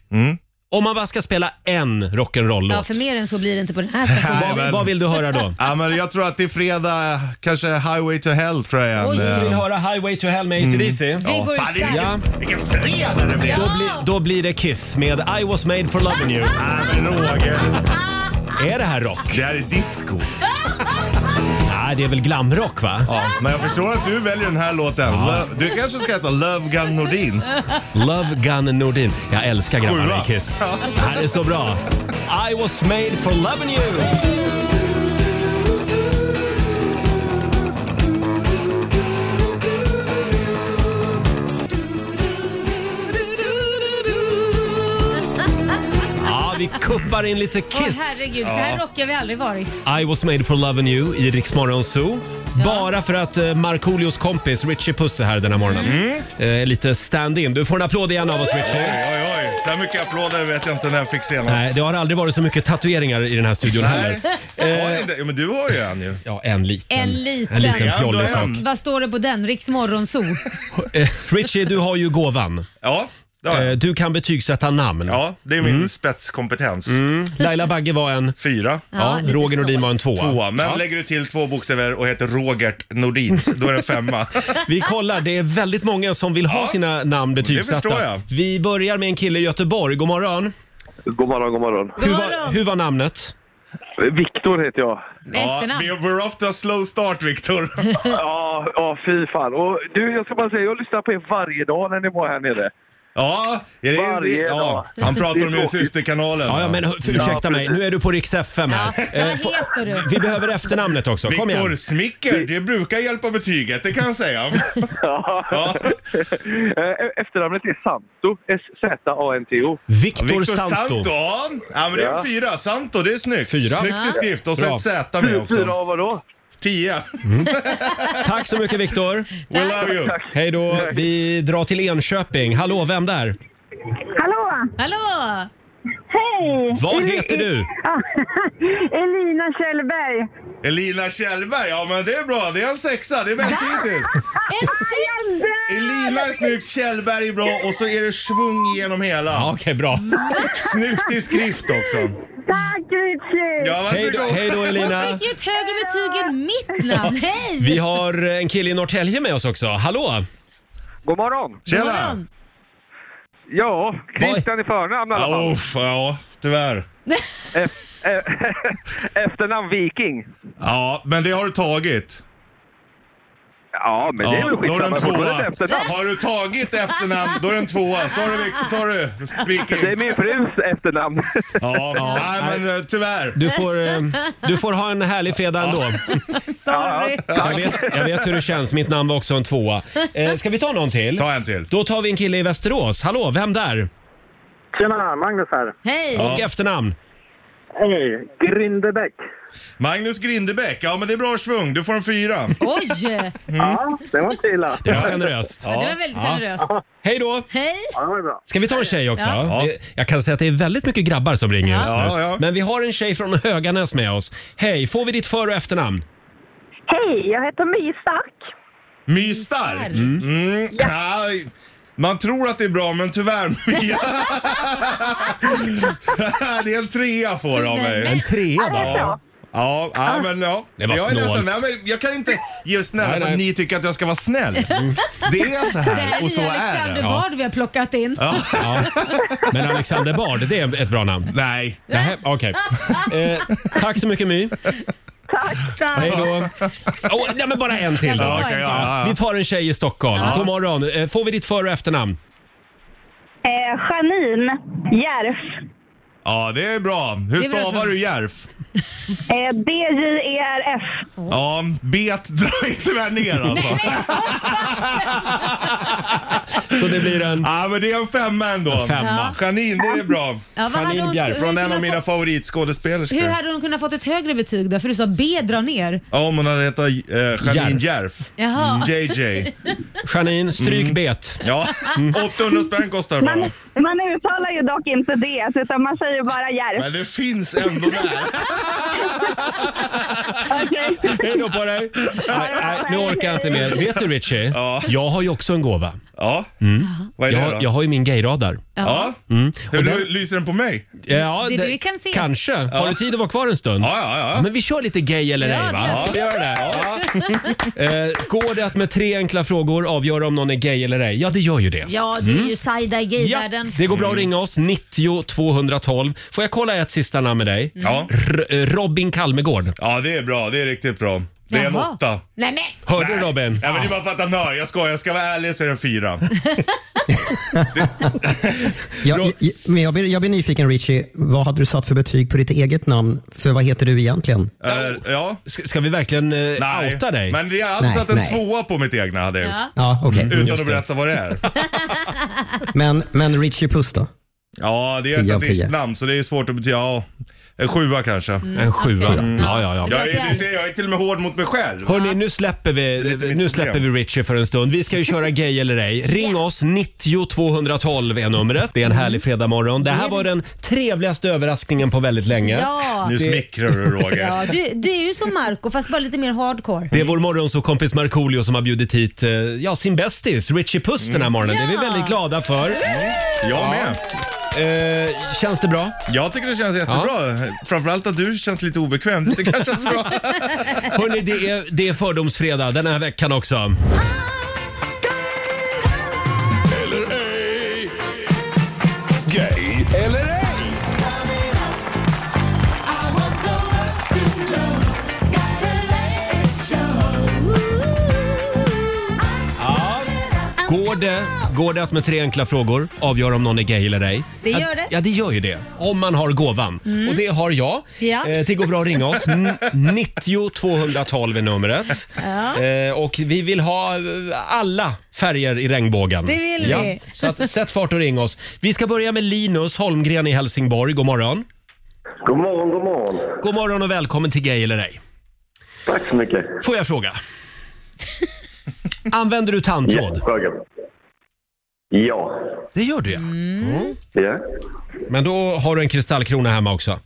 Om man bara ska spela en
Ja,
rock'n'roll-låt.
för mer än så blir det inte på den här stationen.
vill du höra då?
[laughs] Ja, men jag tror att det är fredag, kanske Highway to Hell tror jag är en,
Oj.
eh,
Du vill höra Highway to Hell med AC/DC?
Mm. Ja.
går
Fan, det är
exakt.
vilken- Vilken fredag det blir!
Då, blir- då blir det Kiss med I was made for loving you. Är det här rock?
Äh, Det här är disco.
Nej, det är väl glamrock va?
Ja, men jag förstår att du väljer den här låten. Lo- Du kanske ska heta Love Gun Nordin.
Love Gun Nordin. Jag älskar grabbarna
Sjua.
i Kiss. Det här är så bra. I was made for loving you. Ja, vi kuppar in lite
Åh
[laughs] Kiss.
herregud, så här
Ja.
rockiga vi aldrig varit.
I was made for loving you i Rix Morgon Zoo. Bara för att eh, Markoolios kompis Richie Puss är här den här morgonen.
Mm.
Eh, lite stand-in. Du får en applåd igen av oss Richie.
Oj, oj, oj. Så här mycket applåder vet jag inte när jag fick senast.
Nej, det har aldrig varit så mycket tatueringar i den här studion heller. Eh,
Nej. Har ni inte? Ja, men du har ju en ju.
Ja, en liten.
En liten,
En liten fjollig sak.
Vad står det på den? Riks
[laughs]
morgonzoo?
Eh, Richie, du har ju gåvan. Eh,
Ja,
Du kan betygsätta namn.
Ja, det är min spetskompetens.
Mm. Laila Bagge var en...
Fyra.
Ja, lite Roger Nordin var en tvåa.
Tvåa, men
Ja.
lägger du till två bokstäver och heter Rogert Nordin, då är det en femma.
[laughs] Vi kollar, det är väldigt många som vill ha sina namn betygsatta.
förstår jag.
Vi börjar med en kille i Göteborg. God morgon.
God morgon, god morgon.
Hur var, hur var namnet?
Viktor heter jag.
Ja, vi- we're off to a slow
[laughs]
start, Viktor.
ja, ja, fy fan. Och du, jag ska bara säga, jag lyssnar på er varje dag när ni var här nere.
Ja, är det-
varje
ja,
dag.
han pratar om
Det är
ju
tråkigt.
systerkanalen.
Ja, ja, men hör- för, ursäkta mig, nu är du på Rix FM här. Eh, få-
heter du?
Vi behöver efternamnet också. Kom igen.
Viktor Smicker, det brukar hjälpa betyget, det kan jag säga.
[laughs] Ja. Eh, Efternamnet är Santo. S-Z-A-N-T-O.
Viktor
Victor Santo. Ja, ja, men det är en fyra. Santo, det är snyggt.
Fyra.
Snyggt i skrift. Och så
Bra.
ett Z med också.
Fyra av vadå?
Tio.
Mm. Tack så mycket Viktor.
We love you.
Hej då. Vi drar till Enköping. Hallå, vem där?
Hallå!
Hallå!
Hej!
Vad
Eli-
heter du?
Ja, [laughs] Elina Kjellberg.
[laughs] Elina Kjellberg, ja men det är bra. Det är en sexa, det är bäst hittills.
En sex!
Elina är snyggt, Kjellberg är bra och så är det svung genom hela. Ja,
okej, bra.
Snyggt i skrift också.
Tack Richie!
Ja, varsågod.
Hej då- hej då, Elina.
Hon fick ju ett högre betyg än mitt namn. Hej!
Vi har en kille i Norrtälje med oss också. Hallå!
God morgon!
Tjena!
God morgon.
Ja, Christian i förnamn i alla fall.
Uff, ja, tyvärr.
[laughs] Ef- eh, [laughs] Efternamn Viking.
Ja, men det har du tagit.
Ja, men det är väl
då är det en
skitsamma. Fortfarande
tvåa.
efternamn.
Har du tagit efternamn, då är det en tvåa. Sorry, Vic- sorry Viking.
Det är min frus
[laughs]
efternamn.
Ja,
Ja.
Nej, men eh, tyvärr.
Du får, eh, du får ha en härlig fredag ändå.
Sorry.
Jag vet, jag vet hur det känns. Mitt namn var också en tvåa. Eh, ska vi ta någon till?
Ta en till.
Då tar vi en kille i Västerås. Hallå, vem där?
Tjena, Magnus här.
Hej!
Och efternamn?
Hej, Grindebäck.
Magnus Grindebäck, ja men det är bra svung. Du får en fyra.
Oj!
Ja, det var inte illa.
Det var generöst.
Det var väldigt
Ja.
generöst.
Hej då!
Hej!
Ska vi ta en tjej också?
Ja.
Det- Jag kan säga att det är väldigt mycket grabbar som ringer
Ja.
just nu.
Ja,
Men vi har en tjej från Höganäs med oss. Hej, får vi ditt för och efternamn?
Hej, jag heter My Stark.
My Stark. Mm. Nej, Man tror att det är bra, men tyvärr. [laughs] det är en trea får av mig.
En trea bara?
Ja. Ja, ja, men ja.
Det var
jag är ledsen.
snålt.
Nej, men jag kan inte ge snäll
Nej,
för att
nej.
ni tycker att jag ska vara snäll. Det är så
Det
här
här
och så
nya
är det.
Alexander Bard vi har plockat in.
Ja.
Men Alexander Bard, det är ett bra namn?
Nej.
Nej Okej. Eh, tack så mycket My.
Tack.
Hej då. Åh, nej, men bara en till då.
Ja, okej, ja, ja, ja.
Vi tar en tjej i Stockholm.
Ja.
God morgon. Eh, Får vi ditt för och efternamn?
Eh, Janine Järf.
Ja, det är bra. Hur
Det är bra
stavar
svung.
du Järf?
Eh, D-J-E-R-F.
Ja, bet drar ju tyvärr ner alltså.
Så det blir en...
Ja, men det är en femma ändå.
En femma.
Ja. Janine, det är bra.
Ja, vad hade Janine hon- Bjerf. hur
från en
kunde
av mina
hon-
favoritskådespelerskor.
Hur hade hon kunnat fått ett högre betyg då? För du sa B dra ner.
Ja, om hon hade hetat eh, Janine Järf.
Jaha. [laughs]
Mm, JJ.
Janine, stryk bet.
Ja,
Mm.
800 spänn kostar det bara.
Man uttalar ju dock inte det, utan man säger bara Järf.
Men det finns
[laughs]
ändå där.
Hej då på dig. Nej, nej, nu orkar jag inte mer. Vet du Richie? Jag har ju också en gåva. Mm.
Ja. Vad är det
jag,
då?
jag har ju min gayradar.
Ja.
Mm.
Hur
Och
hur lyser den på mig?
Ja,
Det är det vi kan se.
Kanske. Har du tid att vara kvar en stund?
Ja, ja, ja.
men vi kör lite gay eller
Ja,
ej, va?
det låter
Vi gör det. Ja. Eh, går det att med tre enkla frågor avgöra om någon är gay eller ej? Ja, det gör ju det.
[laughs] Ja, du är
Mm.
ju Saida i gayvärlden.
Det går bra att ringa oss, 90 212. Får jag kolla ett sista namn med dig?
Ja.
R- eh, Robin Kalmegård.
Ja, det är bra. Det är riktigt bra. Det är en
Jaha.
åtta.
Nej men!
Hörde du Robin?
Ja, men det är bara för att han hör. Jag skojar. Jag ska vara ärlig så är det en fyra.
Jag, jag, men jag, blir, jag blir nyfiken Richie, vad hade du satt för betyg på ditt eget namn? För vad heter du egentligen?
Eh, ja.
ska, vi verkligen eh,
nej.
outa dig?
Men jag hade
Nej,
satt en
nej.
tvåa på mitt egna. Hade jag
Ja.
gjort.
Ja, okej. Mm,
Utan
just
att
det.
berätta vad
[laughs]
det är.
Men, men Richie Puss då?
Ja, det är
Tio
ett
av tio.
artistnamn så det är svårt att betyda. Ja, en sjua kanske.
Mm, En sjua. okej. Ja, ja, ja.
Jag är, du ser, jag är till och med hård mot mig själv.
Hörni, nu släpper vi, nu släpper vi Richie för en stund. Vi ska ju köra gay eller
[laughs]
ej. Ring oss, 90 212 är numret. Det är en härlig fredagmorgon. Det här var den trevligaste överraskningen på väldigt länge.
Ja. Nu
smickrar du,
[laughs]
Roger.
Ja, du, du är ju som Marco fast bara lite mer hardcore.
Det är vår morgonsåkompis Markoolio som har bjudit hit eh, ja, sin bästis Richie Puss den här morgonen. Det är vi
Ja.
väldigt glada för.
Jag med.
Eh, känns det bra?
Jag tycker det känns jättebra. Framförallt att du känns lite obekväm. Det tycker jag
[laughs]
känns bra.
Hörni, det är, det är fördomsfredag den här veckan också.
Gay eller ej?
Går det, går det att med tre enkla frågor avgöra om någon är gay eller ej?
Det gör
Ja,
det.
Ja, det gör ju det. Om man har gåvan.
Mm.
Och det har jag.
Ja.
Eh, det går bra att ringa oss. N- 90 212 är numret.
Ja.
Eh, och vi vill ha eh, alla färger i regnbågen.
Det vill vi.
Så att, sätt fart och ring oss. Vi ska börja med Linus Holmgren i Helsingborg. God morgon.
God morgon, god morgon.
God morgon och välkommen till Gay eller ej.
Tack så mycket.
Får jag fråga? Använder du tandtråd?
Fråga. Ja.
Det gör du ja.
Mm.
mm.
ja.
Men då har du en kristallkrona hemma också?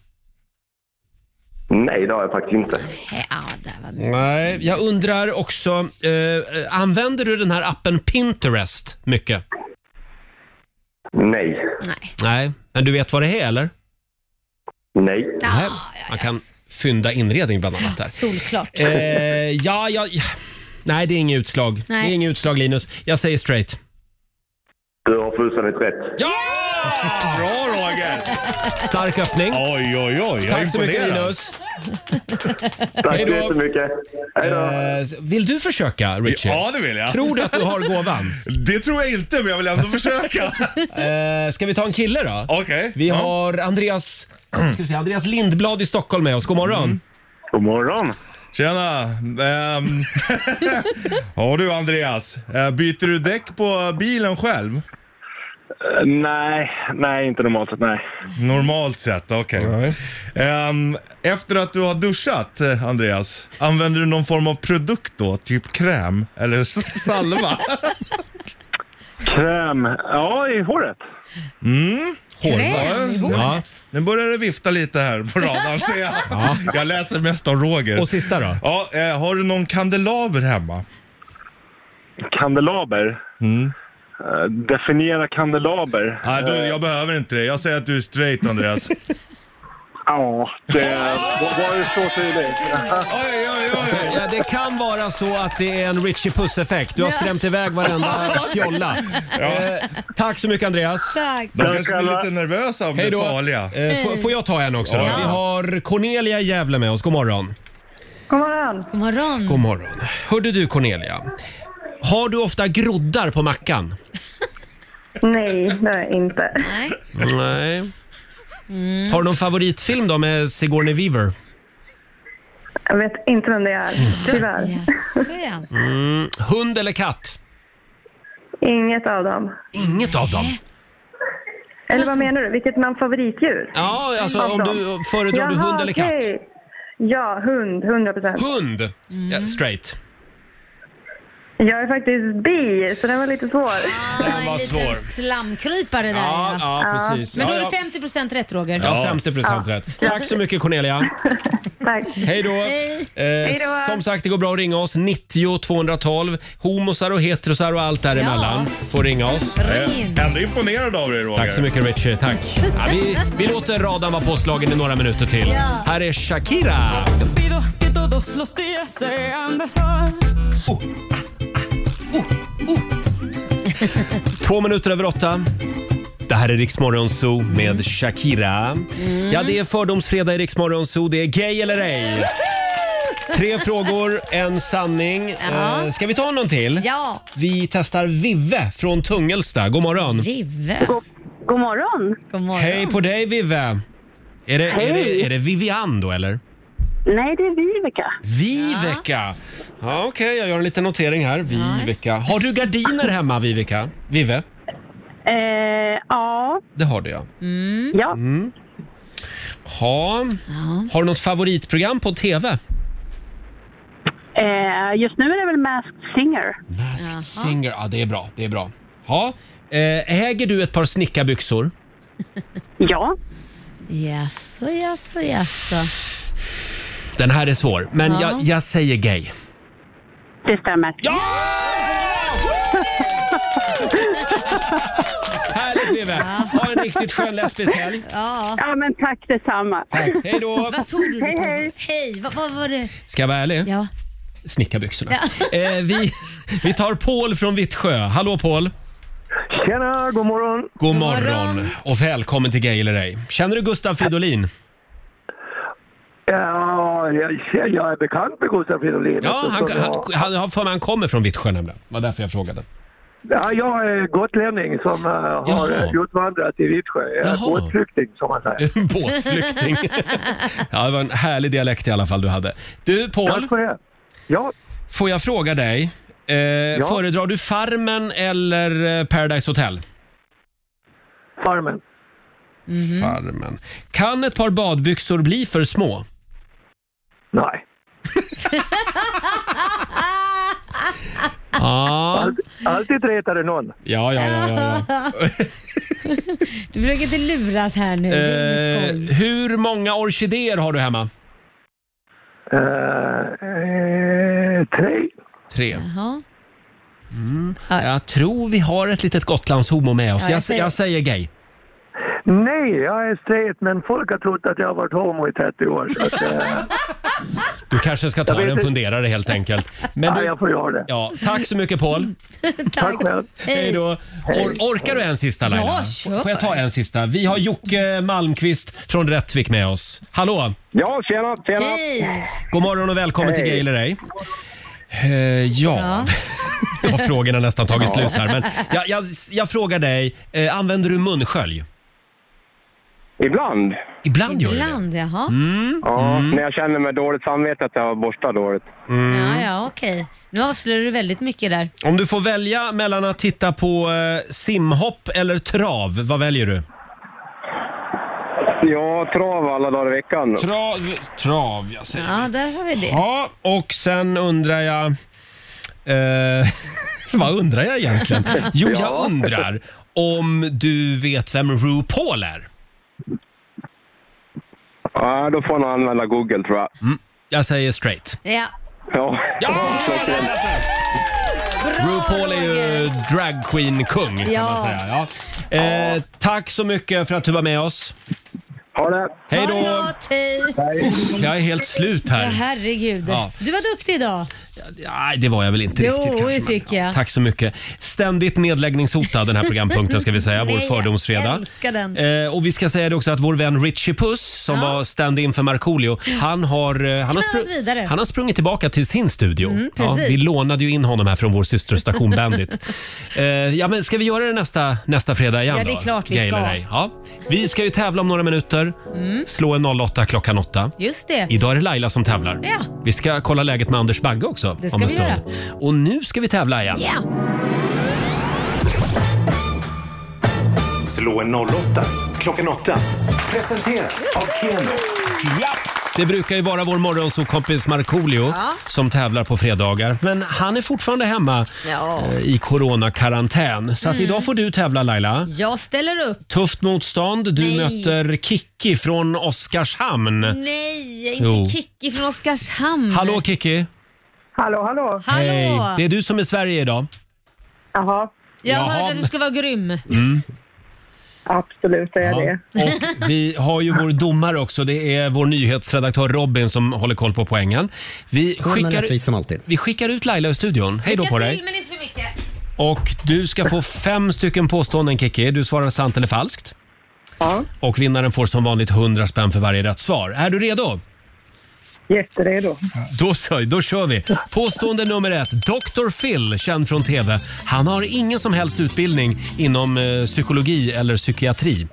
Nej, det har jag faktiskt inte.
Nej, jag undrar också, eh, använder du den här appen Pinterest mycket?
Nej.
Nej, men du vet vad det är eller?
Nej.
Nej. Man kan fynda inredning bland annat där.
Solklart.
Eh, ja, ja, ja. Nej, det är inget utslag.
Nej.
Det är inget utslag Linus. Jag säger straight.
Du har fullständigt rätt.
Ja!
Bra Roger!
Stark öppning.
Oj, oj, oj. Jag är
Tack så mycket
imponerad.
Linus.
Tack
Hej
så
då.
jättemycket. Hej då.
Eh, vill du försöka Richie?
Ja, det vill jag.
Tror du att du har gåvan?
[laughs] Det tror jag inte, men jag vill ändå försöka.
[laughs] Eh, ska vi ta en kille då? Okej. Vi har Andreas, ska vi se, Andreas Lindblad i Stockholm med oss. God morgon.
Mm.
God morgon. Tjena.
[laughs]
Ehm, ja du Andreas, Eh, byter du däck på bilen själv?
Eh, Nej, nej inte normalt sett nej.
Normalt sett, okej. Ehm, efter att du har duschat, eh, Andreas, använder du någon form av produkt då? Typ kräm eller s- salva?
[laughs] Kräm. Ja, i håret.
Mm.
Kräm i håret.
Ja. Nu börjar det vifta lite här på radarn ser jag. Jag läser mest av Roger.
Och sista då?
Ja, eh, har du någon kandelaber hemma? Mm.
Kandelaber. Eh, Definiera Eh, kandelaber.
Nej, du, jag behöver inte det. Jag säger att du är straight, Andreas.
Ja, det var ju så tydligt.
Oj, oj, oj.
Ja, det kan vara så att det är en Richie Puss-effekt. Du har skrämt iväg varenda fjolla. Eh, tack så mycket Andreas.
Tack.
De kanske blir lite nervösa om
Hej
det
då.
är farliga.
Eh,
Mm.
får, får jag ta en också? Då?
Ja. Mm.
Vi har Cornelia i Gävle med oss. God morgon.
God morgon. God morgon.
God morgon. Hörde du Cornelia, har du ofta groddar på mackan?
Nej, det är inte.
Nej. Mm.
Nej. Har du någon favoritfilm då med Sigourney Weaver?
Jag vet inte vem det är, tyvärr.
Mm. Hund eller katt?
[laughs] Inget av dem.
Inget av dem.
Eller
Alltså-
vad menar du? Vilket är min favoritdjur?
Ja, alltså
Av
om
dem?
du föredrar du
Jaha,
hund eller katt?
okej. Ja, hund. 100 procent.
Mm. Hund? Ja, straight.
Jag är faktiskt bi, så den var lite svår.
Den var
En
svår.
slamkrypare där
Ja, ja, precis.
Men då
Ja,
är
ja.
det 50 procent rätt Roger.
Ja, 50 procent rätt. [laughs] Tack så mycket Cornelia.
Tack.
Hej då. Eh,
Hej då.
som sagt, det går bra att ringa oss. 90 212. Homosar och heterosar och allt däremellan får ringa oss.
Ring in. Eh, Ändå imponerad av dig Roger.
Tack så mycket Richie, tack. Ja, vi, vi låter radarn vara påslagen i några minuter till.
Ja.
Här är Shakira.
Pido que todos los días sean de sol.
Oh. Två minuter över åtta. Det här är Riksmorgon Zoo med Shakira. Ja, det är fördomsfredag i Riksmorgon Zoo. Det är gay eller ej. Tre frågor, en sanning.
Ja.
Eh, ska vi ta någon till?
Ja.
Vi testar Vive från Tungelsta. God morgon.
Vive. God,
god morgon.
God morgon.
Hej på dig Vive. Är det, är det,
Hej.
är det Vivian då eller?
Nej, det är Viveka.
Viveka! Ja, Okej, jag gör en liten notering här. Viveka. Har du gardiner hemma Viveka? Vive?
Eh, ja.
Det har du ja.
Ja.
Mm. Ha. Har du något favoritprogram på TV?
Eh, just nu är det väl Masked Singer.
Masked Singer. Ja, det är bra. Det är bra. Ha. Eh, äger du ett par snickarbyxor?
ja.
Jaså, jaså, jaså.
Den här är svår, men
Ja.
jag, jag säger gay.
Det stämmer.
Ja! Härligt Vive! Ha en riktigt skön lesbisk helg.
Ja.
ja, men tack detsamma.
Tack. Hej då.
Vad tog du?
Hej, hej.
Hej, vad, vad var det?
Ska jag vara ärlig?
Ja.
Snickarbyxorna. [laughs] Eh, vi, vi tar Paul från Vittsjö. Hallå Paul!
Tjena, god morgon.
God morgon och välkommen till Gay eller ej. Känner du Gustav Fridolin?
Ja, jag, jag är bekant med Gustav Fridolin.
Ja, han,
eftersom
han, han har för mig han kommer från Vittsjö nämligen. var därför jag
[laughs]
frågade.
jag, ja, jag är gotlänning som eh, har
Jaha.
utvandrat till Vittsjö. Jag är
Jaha.
båtflykting, som man säger.
[laughs] Båtflykting. Ja, det var en härlig dialekt i alla fall du hade. Du Paul,
ja.
får jag fråga dig? Eh, Föredrar du Farmen eller eh, Paradise Hotel?
[laughs] Farmen.
Mhm. [laughs]
Mm.
Farmen. Kan ett par badbyxor bli för små?
Nej.
[laughs]
[laughs]
Ah.
Allt, alltid retar det någon.
Ja, ja, ja. ja, ja.
[laughs] du försöker inte luras här nu. Det är
Eh,
skoj.
hur många orkidéer har du hemma?
Eh, tre.
Tre.
Jaha.
Mm. Jag tror vi har ett litet Gotlandshomo med oss.
Ja, jag
jag, säger...
säger-
jag säger gay.
Nej, jag är straight, men folk har trott att jag har varit homo i 30 år. Så att, eh,
Du kanske ska ta
Jag vet
dig en
inte.
funderare helt enkelt. Men du...
Ja, jag får göra det.
Ja, tack så mycket Paul.
tack själv.
Hej då. Or orkar du en sista Laila?
Ja, kör.
Får jag ta en sista? Vi har Jocke Malmqvist från Rättvik med oss. Hallå!
Ja, tjena,
tjena! God morgon och välkommen till
Hej.
Gay eller ej. Eh, ja, nu har frågorna nästan tagit
Ja.
slut här. Men jag, jag, jag frågar dig, eh, använder du munskölj?
Ibland.
Ibland gör du det? Mm.
Ibland, jaha.
Ja, när jag känner mig dåligt samvete att jag borstar dåligt.
Ja, ja, okej. Nu avslöjar du väldigt mycket där.
Om du får välja mellan att titta på eh, simhopp eller trav, vad väljer du?
Ja, trav alla dagar i veckan.
Trav, trav jag säger.
Ja, där har vi det.
Ja, och sen undrar jag... Eh, [laughs] vad undrar jag egentligen?
[laughs]
Jo, jag
Ja.
undrar om du vet vem RuPaul är?
Ja, då får man använda Google tror jag.
Jag säger straight.
Ja.
Ja.
RuPaul är ju dragqueen-kung kan
Ja.
man säga. Ja. Eh, tack så mycket för att du var med oss.
Ha det!
Hej då!
Hej.
Jag är helt slut
Ja,
här.
herregud.
Ja.
Du var duktig idag.
Nej, det var jag väl inte
jo,
riktigt kanske.
det tycker jag.
Tack så mycket. Ständigt
[laughs]
nedläggningshotad den här programpunkten ska vi säga, vår
Nej, Jag
fördomsfredag.
älskar den.
Eh, och vi ska säga det också att vår vän Richie Puss som var stand-in för Markoolio, han har, eh, han, har
Knallat vidare.
han har sprungit tillbaka till sin studio.
Mm,
ja,
precis.
vi lånade ju in honom här från vår systerstation Bandit.
[laughs]
eh, ja, men ska vi göra det nästa, nästa fredag igen
Ja, det är
då?
klart vi
Gay
ska. Mm.
eller ej? Ja. Vi ska ju tävla om några minuter. Slå en 08 klockan 8.
Just det.
Idag är det Laila som tävlar.
Ja.
Vi ska kolla läget med Anders Bagge också.
Det ska
om en
vi
stund.
göra.
Och nu ska vi tävla igen.
Ja.
Slå en 08 klockan 8. Presenteras av Keno.
Ja. Det brukar ju vara vår morgonsåkompis Markoolio
Ja.
som tävlar på fredagar. Men han är fortfarande hemma
Ja.
eh, i coronakarantän. Så att
Mm.
idag får du tävla Laila.
Jag ställer upp.
Tufft motstånd. Du
Nej. Mm.
möter Kikki från Oskarshamn.
Nej, inte
Jo.
Kikki från Oskarshamn.
Hallå Kikki!
hallå, hallå. hallå.
Det är du som är Sverige idag.
Jaha. Jag
Jaha.
hörde att du skulle vara grym.
Mm.
Absolut är jag
Ja.
det.
Och vi har ju vår domare också. Det är vår nyhetsredaktör Robin som håller koll på poängen. Vi
Hon är rättvis som
skickar,
alltid.
vi skickar ut Laila ur studion. Hej då på dig.
till, men inte för mycket.
Och du ska få fem stycken påståenden Kiki. Du svarar sant eller falskt.
Ja.
Och vinnaren får som vanligt 100 spänn för varje rätt svar. Är du redo?
Jätteredo.
Då, så, då kör vi. Påstående nummer ett. Dr. Phil, känd från TV. Han har ingen som helst utbildning inom eh, psykologi eller psykiatri.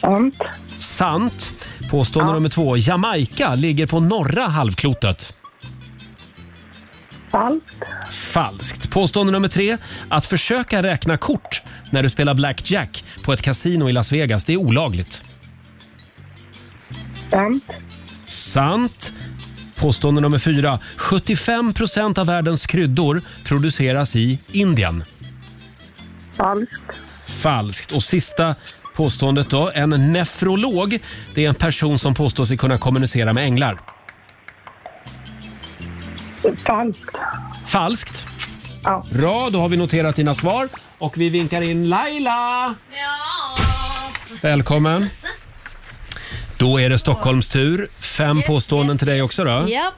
Sant.
Sant. Påstående nummer två. Jamaica ligger på norra halvklotet.
Falskt.
Falskt. Påstående nummer tre. Att försöka räkna kort när du spelar blackjack på ett kasino i Las Vegas, det är olagligt.
Sant.
Sant. Påstående nummer fyra. 75 procent av världens kryddor produceras i Indien.
Falskt.
Falskt. Och sista påståendet då. En nefrolog, det är en person som påstår sig kunna kommunicera med änglar.
Falskt.
Falskt. Bra, då har vi noterat dina svar och vi vinkar in Laila. Välkommen. Då är det Stockholms tur. Fem påståenden till dig också då.
Japp.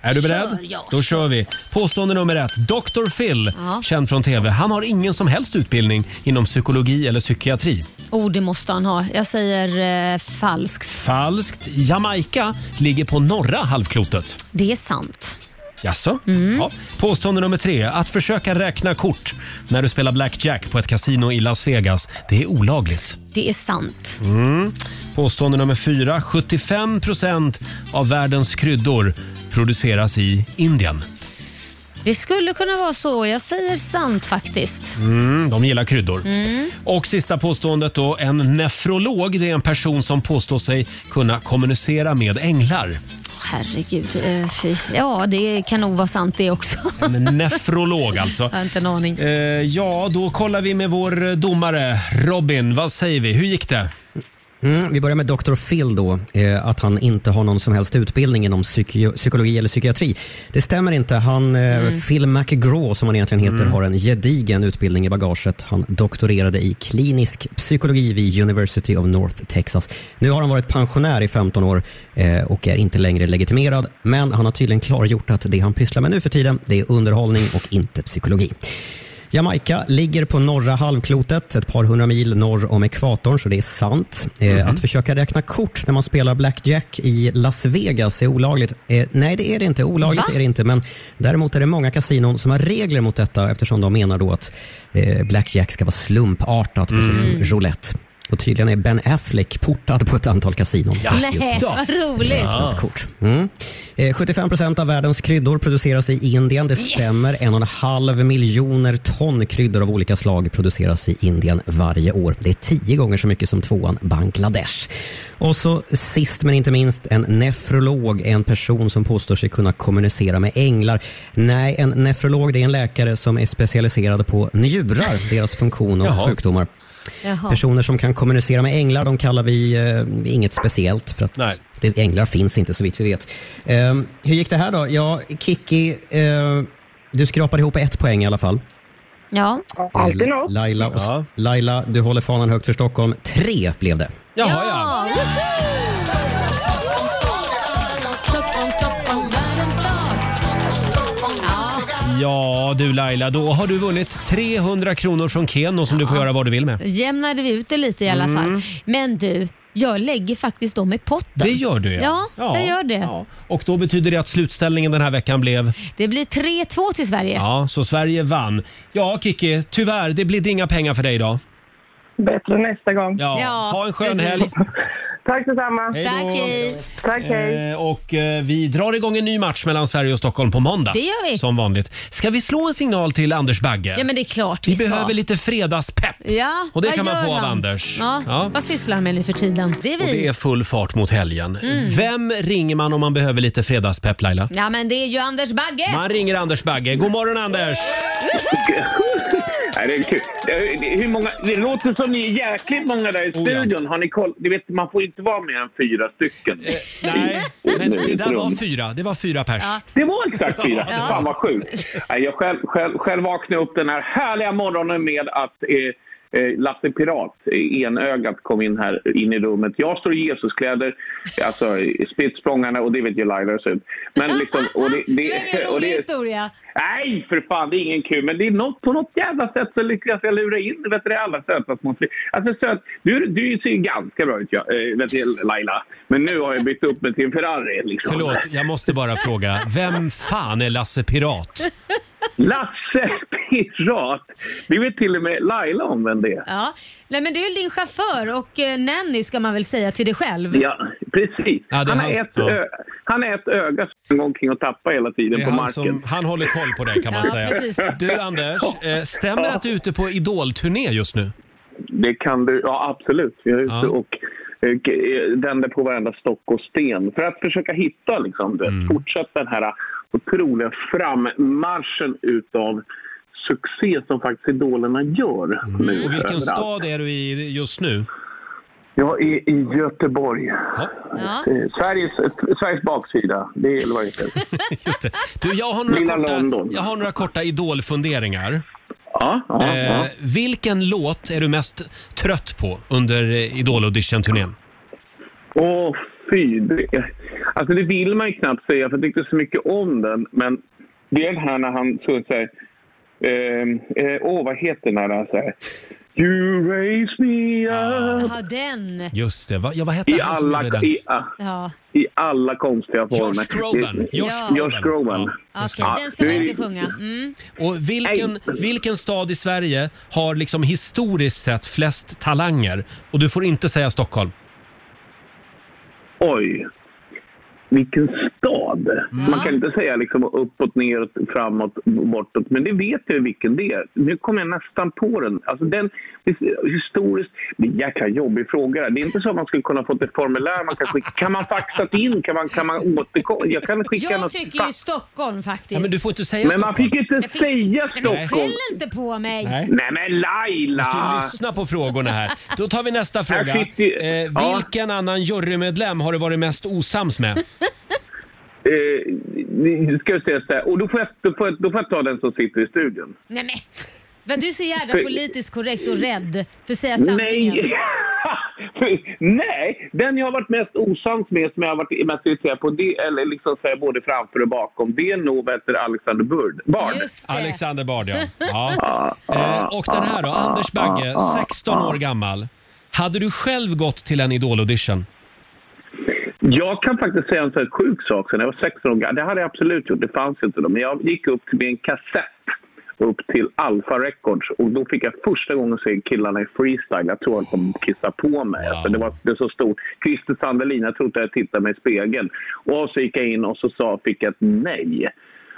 Är du beredd?
Kör, ja.
Då kör vi. Påstående nummer ett. Dr. Phil,
Ja.
känd från TV. Han har ingen som helst utbildning inom psykologi eller psykiatri.
Oh, det måste han ha. Jag säger eh, falskt.
Falskt. Jamaica ligger på norra halvklotet.
Det är sant.
Jaså?
Mm.
Ja. Påstående nummer tre. Att försöka räkna kort när du spelar blackjack på ett kasino i Las Vegas, det är olagligt.
Det är sant.
Mm. Påstående nummer fyra. 75 procent av världens kryddor produceras i Indien.
Det skulle kunna vara så. Jag säger sant faktiskt.
Mm, de gillar kryddor.
Mm.
Och sista påståendet då. En nefrolog det är en person som påstår sig kunna kommunicera med änglar.
Herregud. eh, fy. Ja, det kan nog vara sant det också.
[laughs] En nefrolog alltså.
Jag har inte en aning.
Eh, ja, då kollar vi med vår eh, domare Robin. Vad säger vi? Hur gick det?
Mm, vi börjar med Dr. Phil då, eh, att han inte har någon som helst utbildning inom psyki- psykologi eller psykiatri. Det stämmer inte. Han, eh,
Mm.
Phil McGraw, som han egentligen heter,
Mm.
har en gedigen utbildning i bagaget. Han doktorerade i klinisk psykologi vid University of North Texas. Nu har han varit pensionär i 15 år eh, och är inte längre legitimerad, men han har tydligen klargjort att det han pysslar med nu för tiden, det är underhållning och inte psykologi. Jamaica ligger på norra halvklotet, ett par hundra mil norr om ekvatorn, så det är sant. Eh, Att försöka räkna kort när man spelar blackjack i Las Vegas är olagligt. Eh, nej, det är det inte. Olagligt
Va?
är det inte, men däremot är det många kasinon som har regler mot detta eftersom de menar då att eh, blackjack ska vara slumpartat, precis
Mm.
som roulette. Och tydligen är Ben Affleck portad på ett antal kasinon.
Nej, vad roligt.
Ja. Kort. Mm. Eh, 75 procent av världens kryddor produceras i Indien. Det
Yes!
stämmer. En och en halv miljoner ton kryddor av olika slag produceras i Indien varje år. Det är tio gånger så mycket som tvåan Bangladesh. Och så sist men inte minst, en nefrolog är en person som påstår sig kunna kommunicera med änglar. Nej, en nefrolog det är en läkare som är specialiserad på njurar, deras funktion och
Jaha.
sjukdomar.
Jaha.
Personer som kan kommunicera med änglar, de kallar vi eh, inget speciellt för att det, änglar finns inte så vitt vi vet. Eh, hur gick det här då? Ja, Kiki, eh, du skrapade ihop ett poäng i alla fall.
Ja.
Eh, Laila, och, Laila, du håller fanan högt för Stockholm. Tre blev det.
Jaha, ja. Ja du Laila, då har du vunnit 300 kronor från Keno som du får göra vad du vill med.
Jämnade vi ut det lite i alla
Mm.
fall. Men du, jag lägger faktiskt dem i potten.
Det gör du
Ja, jag gör det.
Och då betyder det att slutställningen den här veckan blev?
Det blir 3-2 till Sverige.
Ja, så Sverige vann. Ja, Kiki, tyvärr, det blir inga pengar för dig idag.
Bättre nästa gång.
Ja, ha en skön
precis.
helg.
Tack detsamma.
Hej då. Tack, hej.
Tack, hej.
Eh, och eh, vi drar igång en ny match mellan Sverige och Stockholm på måndag.
Det gör vi.
Som vanligt. Ska vi slå en signal till Anders Bagge?
Ja, men det är klart
vi
vi ska.
behöver lite fredagspepp.
Ja,
Och det
vad
kan man
gör
få av
han?
Anders.
Ja.
Ja.
Vad sysslar han med nu för tiden? Det är vi.
Och det är full fart mot helgen.
Mm.
Vem ringer man om man behöver lite fredagspepp Laila?
Ja, men det är ju Anders Bagge.
Man ringer Anders Bagge. God morgon Anders!
Nej, det är kul. Det, det, hur många, det låter som ni är jäkligt många där i
Oh,
studion. Har ni koll? Du vet, man får inte vara mer än fyra stycken.
Eh, nej,
men
Det där var fyra. Det var fyra pers.
Det var exakt fyra.
Eh. Ja.
Fan vad sjukt. Nej, Jag själv, själv, själv vaknade upp den här härliga morgonen med att eh, eh, Lasse Pirat, eh, enögat, kom in här in i rummet. Jag står i Jesuskläder, alltså i sprit språngande, och det vet ju Laila hur det ser ut. Men liksom, och det, det, [laughs] och
Rolig
det,
historia.
Nej, för fan, det är ingen kul. Men det är något, på något jävla sätt så lyckas jag lura in vet du, det allra söta små flickor. Alltså, söt, du, du ser ju ganska bra ut, ja, eh, vet du, Laila. Men nu har jag bytt upp mig till en Ferrari. Liksom.
Förlåt, jag måste bara fråga. Vem fan är Lasse Pirat?
Lasse Pirat! Det vet till och med Laila om vem det är.
Ja. Nej, men det är väl din chaufför och eh, nanny ska man väl säga till dig själv.
Ja, precis.
Ja, det är
han, har
hans-
ett,
ja.
ö, han har ett öga som går omkring och tappar hela tiden
Det är
på
han,
marken.
som, han håller koll på dig kan man
Ja,
säga.
precis.
Du Anders, eh, stämmer det att du är ute på idolturné just nu?
Det kan du, ja absolut. Jag är ute och eh, vänder på varenda stock och sten för att försöka hitta, liksom, du vet,
Mm.
fortsätta den här otroliga frammarschen utav succé som faktiskt idolerna gör. nu
Mm. Och vilken
överallt.
stad är du i just nu?
Jag är i Göteborg.
Ja.
Eh, Sveriges, Sveriges baksida, det är vad det heter.
[laughs] Just det. Du, jag har några
Lilla
korta,
London.
jag har några korta idolfunderingar. Eh,
Ja, ja, ja.
Vilken låt är du mest trött på under eh, idol-audition-turnén?
Åh, fy. Det, alltså det vill man ju knappt säga, för jag tyckte så mycket om den. Men det är den här när han så säger... ehm, eh, Åh, vad heter den här? när han säger, You raise me up.
Jaha, den.
Just det, va, ja, vad hette
I
han som
alla,
gjorde den?
i, ah,
Ja.
I alla konstiga
Josh
former.
Groban.
Det-
Josh
Ja.
Josh Groban.
Okej,
Ja,
den ska man
det-
inte sjunga. Mm.
Och vilken, vilken stad i Sverige har liksom historiskt sett flest talanger? Och du får inte säga Stockholm.
Oj. Vilken stad!
Mm.
Man kan inte säga liksom uppåt, neråt, framåt, bortåt. Men det vet jag vilken det är. Nu kom jag nästan på den. Alltså den historiskt... Det är en jäkla jobbig fråga. Det här. Det är inte så att man skulle kunna fått ett formulär man kan skicka. Kan man faxa in? Kan man, kan man återkomma? Jag kan skicka
Jag
något
tycker ju
fax.
Stockholm faktiskt.
Ja, men du får
inte
säga Men man Stockholm. fick inte
Det finns-
säga
Nej, men
Stockholm.
Skäll inte på mig.
Nej men Laila!
Måste ju lyssna på frågorna här. Då tar vi nästa fråga.
Jag sitter ju-
Eh,
Ja.
vilken annan jurymedlem har du varit mest osams med?
Eh, ni- ska jag säga så här. Och då får jag, då, får jag, då får jag ta den som sitter i studion.
Nej, men. Vad du är så jävla
För-
politiskt korrekt och rädd för att säga sanningen.
Nej. [laughs] Nej, den jag har varit mest osams med, som jag har varit mest irriterad på, det, eller liksom så här, både framför och bakom, det är nog vad heter Alexander Bard. Bard.
Alexander
[laughs]
Bard, ja.
Ja.
ja. Eh, och den här då, Anders Bagge, 16 år gammal. Hade du själv gått till en idolaudition?
Jag kan faktiskt säga en sån här sjuk sak sen jag var 16 år gammal. Det hade jag absolut gjort, det fanns inte då. Men jag gick upp till en kassett upp till Alpha Records och då fick jag första gången se killarna i freestyle. Jag tror att de kissade på mig. Alltså, det var det var så stort. Christer Sandelin, jag trodde jag tittade mig i spegeln. Och så gick jag in och så sa, fick jag ett nej.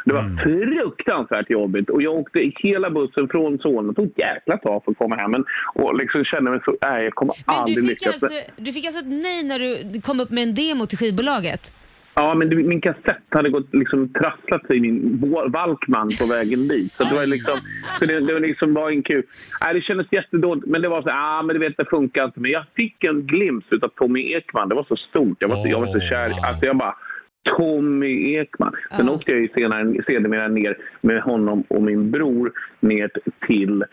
Det var fruktansvärt jobbigt och jag åkte hela bussen från Solna. Det tog ett jäkla tag för att komma hem. Men, och liksom kände mig så, nej jag kommer
Men
aldrig
du fick,
lyckas.
alltså, du fick alltså ett nej när du kom upp med en demo till skivbolaget?
Ja, men det, min kassett hade gått liksom trasslat sig i min Wal- Walkman på vägen dit. Så det var liksom, så det, det var liksom bara en kul. Nej, det kändes jättedåligt, men det var så ah, men du vet, det funkar inte. Men jag fick en glimt av Tommy Ekman. Det var så stort. Jag var så, jag var så kär. Alltså jag bara, Tommy Ekman.
Ah.
Sen åkte jag ju senare, sedermera ner med honom och min bror ner till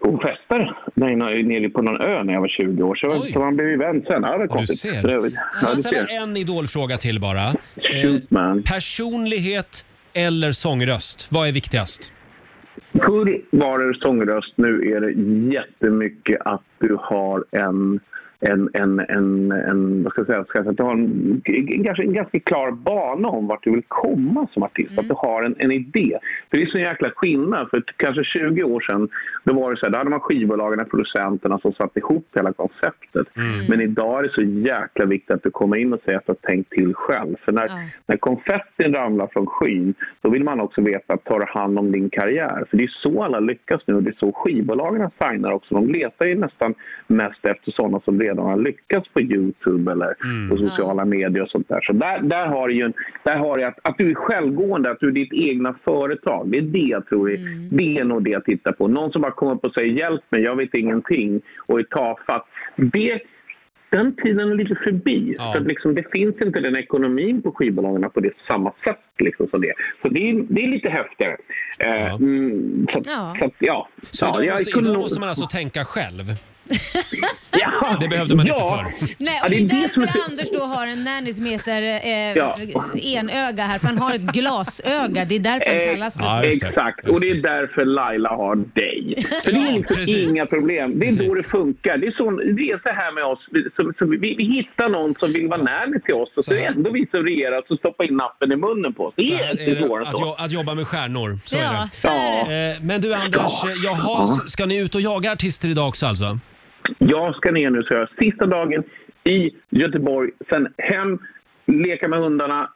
och festade nej, nej, nere på någon ö när jag var 20 år. Så, jag var- så man blev ju vän sen. Ja, det är
Ja, du
konstigt.
ser.
Ja, du
Får jag ställa
ser.
en idolfråga till bara? Eh,
Shoot, man.
personlighet eller sångröst? Vad är viktigast?
Förr var det sångröst, nu är det jättemycket att du har en en, en, en, en vad ska jag säga, ska jag säga att du har en, en, ganska, en ganska klar bana om vart du vill komma som artist, att du har en, en idé. För det är så en jäkla skillnad, för kanske 20 år sedan då var det så här, då hade man skivbolagen och producenterna som satte ihop hela konceptet. Men idag är det så jäkla viktigt att du kommer in och säger att du har tänkt till själv. För när, när konfettin ramlar från skyn, då vill man också veta att tar du hand om din karriär? För det är så alla lyckas nu och det är så skivbolagen signar också. De letar ju nästan mest efter sådana som redan har lyckats på Youtube eller på sociala medier och sånt där. Så där, där har du ju en, där har du att, att du är självgående, att du är ditt egna företag. Det är det jag tror är, det är nog det jag tittar på. Någon som bara kommer upp och säger hjälp mig, jag vet ingenting och är tafatt. Det, den tiden är lite förbi. För att liksom, det finns inte den ekonomin på skivbolagen på det samma sätt. Liksom som det. är. Så det är, det är lite häftigare. Eh, mm, så,
Ja.
ja. Så, att, ja.
Så
ja,
idag,
jag
måste,
kunde
idag
nog-
måste man alltså tänka själv?
[laughs] Ja.
Det behövde man
Ja.
inte förr.
Nej,
Ja,
och
det
det
är
är
det som
därför
är så-
Anders då har en nanny som heter eh,
Ja.
enöga här, för han har ett glasöga. Det är därför
Eh,
han kallas för så.
Exakt, och det är därför Laila har
[laughs]
dig. För det är liksom inga problem. Det är då det funkar. Det är så, det är så här med oss. Vi, som, som, vi, vi hittar någon som vill vara närmare till oss och så är det ändå vi som regerar och stoppar in nappen i munnen på oss. Det
Här
är
är
inte
det
svårare än
att,
så.
jo- att jobba med stjärnor, så
Ja,
är det.
så är
Eh, Men du Anders,
Ja.
eh, jaha,
Ja.
s- ska ni ut och jaga artister idag också alltså?
Jag ska ner nu, så jag sista dagen i Göteborg, sen hem, leka med hundarna,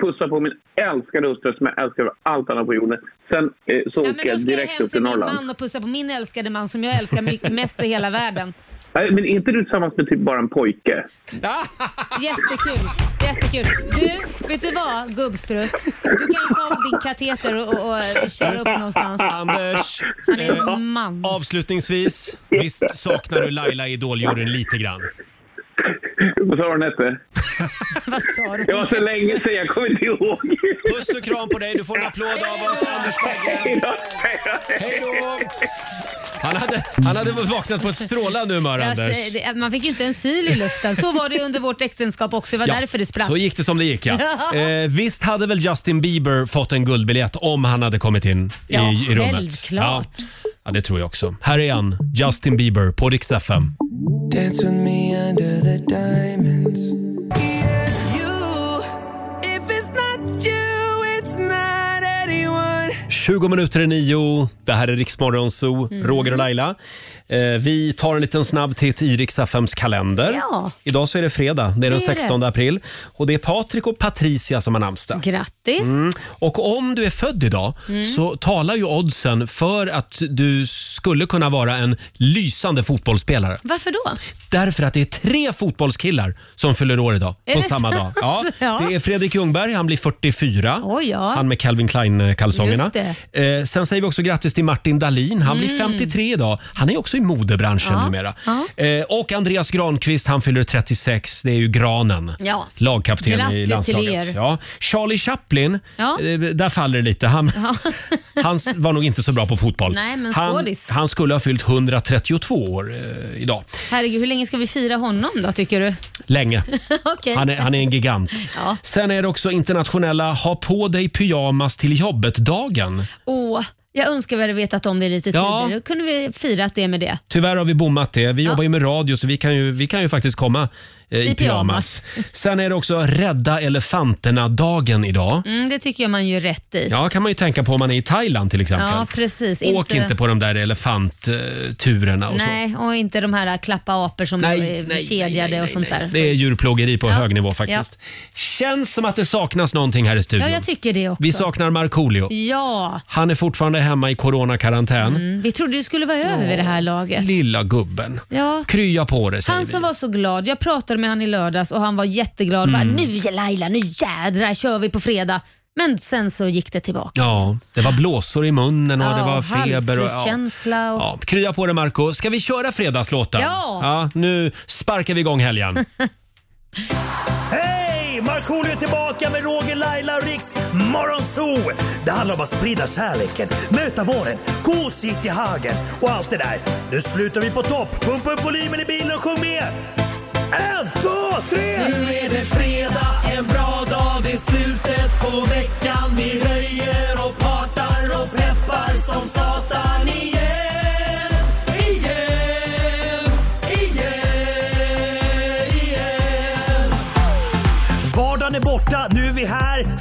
pussa på min älskade hustru som jag älskar över allt annat på jorden. Sen eh,
Ja,
så åker
men då
jag
ska jag
direkt
hem till
upp till
min
Norrland.
man och pussa på min älskade man som jag älskar mycket, mest i hela världen.
Nej, men är inte du tillsammans med typ bara en pojke? [laughs]
[laughs] Jättekul, jättekul. Du, vet du vad gubbstrutt? Du kan ju ta din kateter och, och, och köra Eh, upp någonstans.
Anders,
Han är
eh,
en man.
avslutningsvis, visst saknar du Laila i Idoljuryn lite grann?
Vad sa hon hette?
Ah. [laughs] Vad sa du?
Det var så länge sedan, jag kommer inte ihåg.
Puss och kram på dig, du får en applåd av oss Alltså, Anders Bagge. Hej då! Han hade, han hade vaknat på ett strålande humör
Jag
Anders.
säger det, Man fick ju inte en syl i luften. Så var det ju under vårt äktenskap också. Det var
Ja,
därför det sprack.
Så gick det som det gick ja.
[laughs]
Eh, visst hade väl Justin Bieber fått en guldbiljett om han hade kommit in i,
Ja,
i rummet?
självklart.
Ja. ja, det tror jag också. Här är han, Justin Bieber på Rix FM.
Dance with me under the diamonds.
You, if it's not you, it's not anyone.
20 minuter i nio. Det här är Riksmorgon Zoo,
Mm.
Roger och Laila. Eh, vi tar en liten snabb titt i Rix FMs kalender.
Ja.
Idag så är det fredag, det är den
Det är
16
det.
april. Och det är Patrik och Patricia som har namnsdag.
Grattis!
Mm. Och om du är född idag
Mm.
så talar ju oddsen för att du skulle kunna vara en lysande fotbollsspelare.
Varför då?
Därför att det är tre fotbollskillar som fyller år idag
Är
på
det
samma
sant?
dag. Ja,
[laughs] Ja.
Det är Fredrik Ljungberg, han blir 44.
Oj, ja.
Han med Calvin Klein-kalsongerna.
Just det.
Eh, sen säger vi också grattis till Martin Dahlin. Han blir
Mm.
53 idag. Han är också i modebranschen
Ja,
numera.
ja.
Eh, och Andreas Granqvist, han fyller 36. Det är ju granen.
Ja.
Lagkapten i
Grattis till
landslaget.
er.
Ja. Charlie Chaplin,
Ja.
eh, där faller det lite. Han, han s- var nog inte så bra på fotboll.
Nej, men
han,
skådis.
han skulle ha fyllt 132 år eh, idag.
Herregud, hur länge ska vi fira honom då tycker du?
Länge.
Okej.
Han, är, han är en gigant.
[laughs] Ja.
Sen är det också internationella ha på dig pyjamas till jobbet-dagen.
Åh, jag önskar vi hade vetat om det lite
Ja.
tidigare. Då kunde vi firat det med det.
Tyvärr har vi bommat det. Vi jobbar ju med radio så vi kan ju, vi kan ju faktiskt komma eh, i,
I
pyjamas.
pyjamas.
[laughs] Sen är det också rädda elefanterna-dagen idag.
Mm, det tycker jag man gör rätt i.
Ja, kan man ju tänka på om man är i Thailand till exempel.
Ja, precis.
Åk inte på de där elefantturerna och så.
Nej, och inte de här klappa apor som
Nej,
är
nej,
kedjade och sånt där.
Det är djurplågeri på hög nivå
Ja.
faktiskt. Känns som att det saknas någonting här i studion.
Ja, jag tycker det också.
Vi saknar Markoolio.
Ja,
Han är fortfarande hemma i coronakarantän.
mm. vi trodde det skulle vara över vid det här laget.
Lilla gubben.
Ja.
Krya på det säger
Han
vi.
som var så glad. Jag pratade med han i lördags och han var jätteglad.
Mm.
Bara, nu Laila, nu jädrar kör vi på fredag. Men sen så gick det tillbaka.
Ja, det var blåsor i munnen och det var feber. Och, ja.
halsflusskänsla och...
Ja, krya på det Marco. Ska vi köra fredagslåten?
Ja.
Nu sparkar vi
[laughs]
igång helgen.
Hej! Markoolio är tillbaka med Roger, Laila och Riks Morgonzoo! Det handlar om att sprida kärleken, möta våren, gosigt i hagen och allt det där. Nu slutar vi på topp! Pumpa upp volymen i bilen och sjung med! En, två, tre!
Nu är det fredag, en bra dag, det är slutet på veckan. Vi röjer och partar och peppar som satan igen. Igen, igen.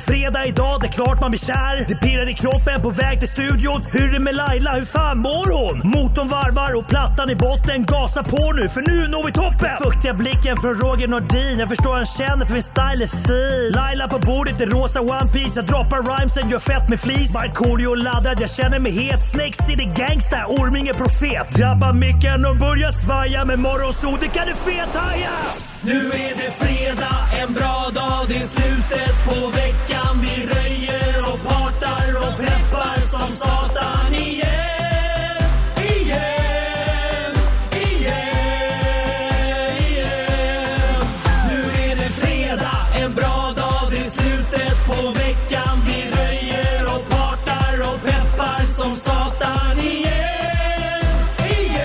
fredag idag, det är klart man blir kär. Det pirrar i kroppen på väg till studion. Hur är det med Laila, hur fan mår hon? Motorn varvar och plattan i botten. Gasa på nu, för nu når vi toppen! Den fuktiga blicken från Roger Nordin. Jag förstår han känner för min style är fin. Laila på bordet i rosa One Piece Jag droppar rhymesen, gör fett med flis. Markoolio laddad, jag känner mig het. Snakes city gangsta, Orminge profet. Drabbar micken och börjar svaja. Med morgonsol, det kan du fethaja!
Nu är det fredag, en bra dag, det är slutet på veckan Vi röjer och partar och peppar som satan igen Igen, igen, igen Nu är det fredag, en bra dag, det är slutet på veckan Vi röjer och partar och peppar som satan igen Igen,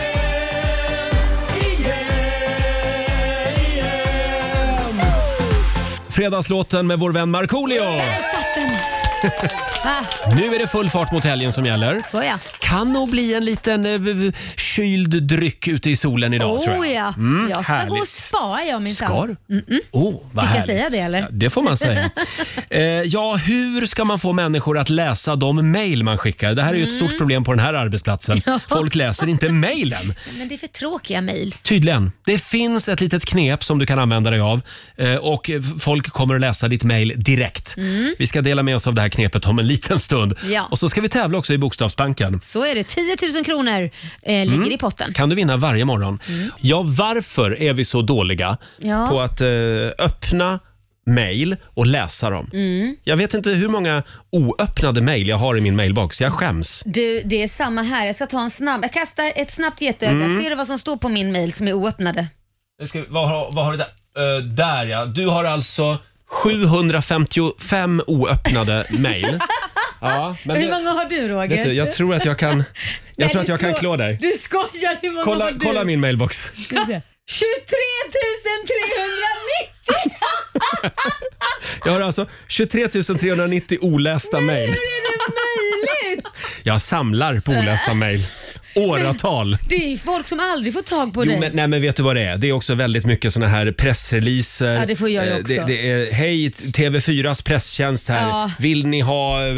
igen, igen
Fredagslåten med vår vän Markoolio. [laughs]
Ah,
Nu är det full fart mot helgen som gäller.
så ja.
Kan nog bli en liten eh, b- b- kyld dryck ute i solen idag tror jag.
Oh, ja.
Mm,
jag ska gå och
härligt.
spa jag minsann.
Ska du?
Mm-mm.
Oh, vad
Fick jag
härligt.
säga det eller?
Ja, det får man säga. eh, ja, hur ska man få människor att läsa de mejl man skickar? Det här är ju ett stort
Mm.
problem på den här arbetsplatsen.
Ja.
Folk läser inte mejlen.
[laughs] Men det är för tråkiga mejl.
Tydligen. Det finns ett litet knep som du kan använda dig av eh, och folk kommer att läsa ditt mejl direkt.
Mm.
Vi ska dela med oss av det här knepet om en liten stund.
Ja.
Och så ska vi tävla också i Bokstavsbanken.
Så är det. 10 000 kronor eh, ligger
Mm.
i potten.
kan du vinna varje morgon.
Mm.
Ja, varför är vi så dåliga
Ja.
på att eh, öppna mejl och läsa dem?
Mm.
Jag vet inte hur många oöppnade mejl jag har i min mailbox. Jag skäms.
Du, det är samma här. Jag ska ta en snabb. Jag kastar ett snabbt getöga.
Mm.
Ser du vad som står på min mail som är oöppnade?
Ska, vad, har, vad har du där? Eh, där ja. Du har alltså 755 [laughs] oöppnade mejl. Ja, men
Hur
det-
många har du Roger?
Vet du, jag tror att jag [laughs] kan, jag
Nej,
tror att
du
jag kan
sko-
klå dig.
Du skojar, hur många
Kolla,
har du?
kolla min mailbox.
Ska vi se.
[laughs]
23 390!
Jag har alltså 23 390 olästa mejl.
Möjligt!
Jag samlar på olästa mejl. Åratal.
Det är ju folk som aldrig får tag på
Jo,
dig.
men, nej, men vet du vad det är? Det är också väldigt mycket såna här pressreleaser.
Ja, det får jag ju
Eh,
också.
Det, det är, Hej TV4s presstjänst här.
Ja.
Vill ni ha eh,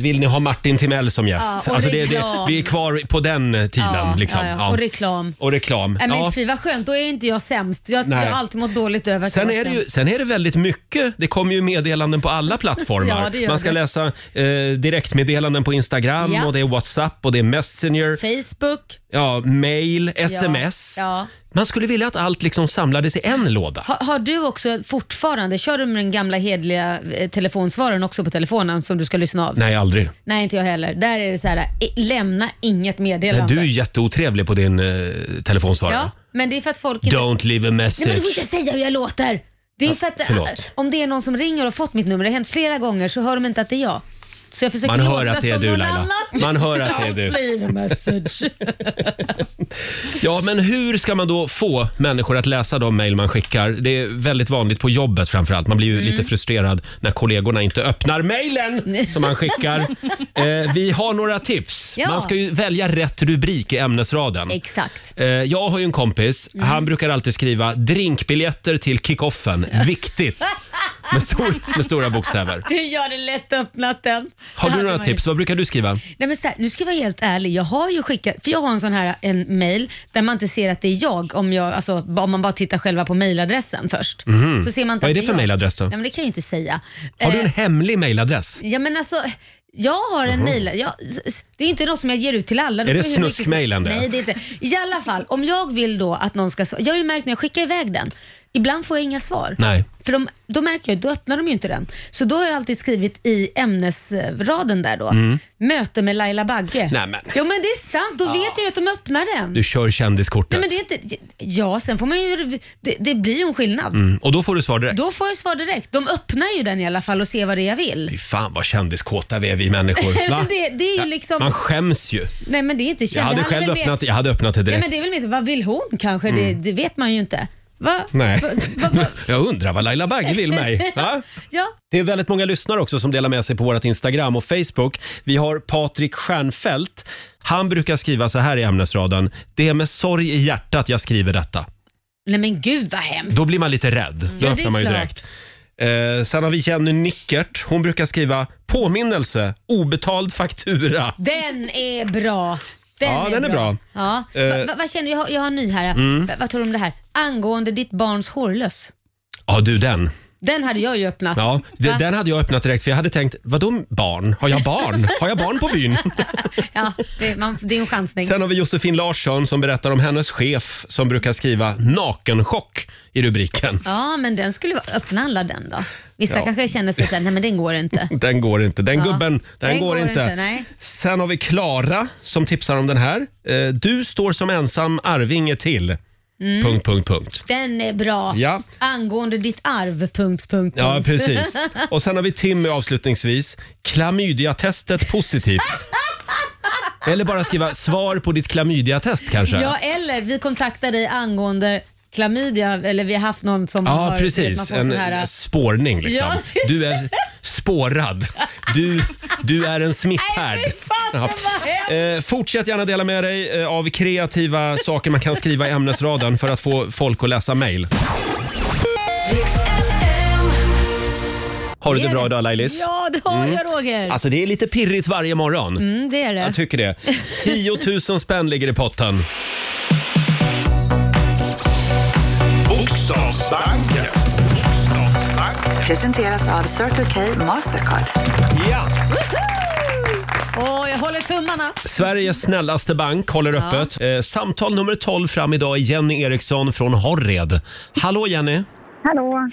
vill ni ha Martin Timell som gäst? Alltså,
Ja, och
det,
reklam.
vi är kvar på den tiden.
Ja,
liksom.
ja, ja. Och reklam.
Och reklam.
Nej, men
Ja.
fy vad skönt, då är inte jag sämst. Jag, jag
Nej.
har alltid mått dåligt över att
Sen
jag var
är, det ju,
sämst.
sen är det väldigt mycket. Det kommer ju meddelanden
[laughs]
på alla plattformar.
Ja, det gör
Man ska
det.
läsa eh, direktmeddelanden på Instagram
Ja.
och det är WhatsApp och det är Messenger.
Facebook.
Ja, mail, sms.
Ja.
Man skulle vilja att allt liksom samlades i en låda.
Ha, har du också fortfarande, kör du med den gamla hedliga eh, telefonsvararen också på telefonen som du ska lyssna av?
Nej, aldrig.
Nej, inte jag heller. Där är det så här, eh, lämna inget
Nej,
meddelande.
du är ju jätteotrevlig på din eh, telefonsvarare.
Ja, men det är för att folk
Don't leave a message.
Nej, men du får inte säga hur jag låter. Det är
Ja,
för att eh,
förlåt.
om det är någon som ringer och fått mitt nummer, det har hänt flera gånger, så hör de inte att det är jag. Så jag försöker
Man hör
låta
att det är
som
du,
någon
Laila.
annan.
Man hör att det är
[laughs]
du.
Don't leave a message.
Ja, men hur ska man då få människor att läsa de mejl man skickar? Det är väldigt vanligt på jobbet framförallt. Man blir ju
Mm.
lite frustrerad när kollegorna inte
[laughs]
öppnar mejlen som man skickar. eh, vi har några tips.
Ja.
Man ska ju välja rätt rubrik i ämnesraden.
Exakt.
Eh, jag har ju en kompis.
Mm.
Han brukar alltid skriva drinkbiljetter
[laughs]
till kickoffen. Viktigt! Med, stor, med stora bokstäver.
Du gör det lätt öppnat den.
Har
Det
du
hade
några
man ju.
tips? Vad brukar du skriva?
Nej, men så här, nu ska jag vara helt ärlig. Jag har ju skickat, för jag har en sån här en mail där man inte ser att det är jag om, jag, alltså, om man bara tittar själva på mailadressen först.
Mhm.
Så ser man inte
Vad är
att
det för
jag.
mailadress då?
Nej, men det kan jag ju inte säga.
Har du
Eh,
en hemlig mailadress?
Ja men alltså, jag har en
Jaha.
mail. Jag, det är inte något som jag ger ut till alla.
Är det
får hur mycket som-
snuskmailen det?
Nej, det är inte. I alla fall, om jag vill då att någon ska svara. Jag har ju märkt när jag skickar iväg den, ibland får jag inga svar.
Nej.
För de, då märker jag, då öppnar de ju inte den. Så då har jag alltid skrivit i ämnesraden där då,
Mm.
möte med Laila Bagge.
Nej, men.
Jo men det är sant, då
Ja.
vet jag ju att de öppnar den.
Du kör kändiskortet.
Nej, men det är inte, ja, sen får man ju, det, det blir ju en skillnad.
Mm, och då får du svar direkt.
Då får jag svar direkt. De öppnar ju den i alla fall och ser vad det är jag vill.
Fy fan vad kändiskåta vi är vi människor. Va?
[laughs] Men det- det är ju
Ja,
liksom-
Man skäms ju.
Nej men det är inte känt.
Jag hade,
Det handlar
själv
väl mer-
öppnat, jag hade öppnat det
Ja,
direkt.
men det är väl mer så, vad vill hon kanske? Det,
Mm.
det vet man ju inte. Va?
Nej.
Va,
[laughs]
va, va?
Jag undrar vad Laila Bagge
[laughs]
vill mig. Va?
Ja.
Det är väldigt många lyssnare också som delar med sig på vårt Instagram och Facebook. Vi har Patrik Stjernfeldt. Han brukar skriva så här i ämnesraden. Det är med sorg i hjärtat jag skriver detta.
Nej men gud vad hemskt.
Då blir man lite rädd. Då
Mm. Ja, det är
öppnar man ju
klart.
direkt. Eh, sen har vi Jenny Nyckert. Hon brukar skriva påminnelse, obetald faktura.
Den är bra. Den
Ja,
är
den är bra.
Ja.
Eh.
Va, va, vad känner, jag, har, jag har en ny här.
Mm.
Va, vad tror du om det här? Angående ditt barns hårlöss.
Ja, du den.
Den hade jag ju öppnat.
Ja, d-
Va?
den hade jag öppnat direkt för jag hade tänkt, vadå barn? Har jag
[laughs]
barn? Har jag barn på byn?
ja, det, man, det är en chansning.
Sen har vi Josefin Larsson som berättar om hennes chef som brukar skriva nakenchock i rubriken.
Ja, men den skulle vara, öppna alla den då. Vissa
Ja.
kanske känner sig såhär, nej men den går
[laughs]
inte.
Den går inte. Den
Ja.
gubben, den, går, inte.
nej.
Sen har vi Klara som tipsar om den här. Eh, Du står som ensam arvinge till.
Mm.
Punkt, punkt, punkt.
Den är bra.
Ja.
Angående ditt arv, punkt, punkt, punkt.
Ja,
[laughs]
precis. Och sen har vi Timmy avslutningsvis. Klamydiatestet positivt. Eller bara skriva svar på ditt klamydiatest kanske.
ja, eller vi kontaktar dig angående klamydia, eller vi har haft någon som
Ja,
har... man
precis.
får
En eh,
sån här-
spårning liksom.
Ja.
Du är spårad. Du, du är en smitthärd. Ja. Eh, fortsätt gärna dela med dig eh, av kreativa saker man kan skriva i ämnesraden för att få folk att läsa mejl. Har du det bra idag Lailis?
Ja, det har
Mm.
jag Roger.
Alltså det är lite pirrigt varje morgon.
Mm, det är det.
Jag
[laughs]
tycker det. 10 000 spänn ligger i potten.
Bokstavsbanken.
Presenteras av Circle K Mastercard.
Ja.
Åh, jag håller tummarna.
Sveriges snällaste bank håller
Ja.
öppet. Eh, samtal nummer 12 fram idag är Jenny Eriksson från Horred. Hallå Jenny!
Hallå!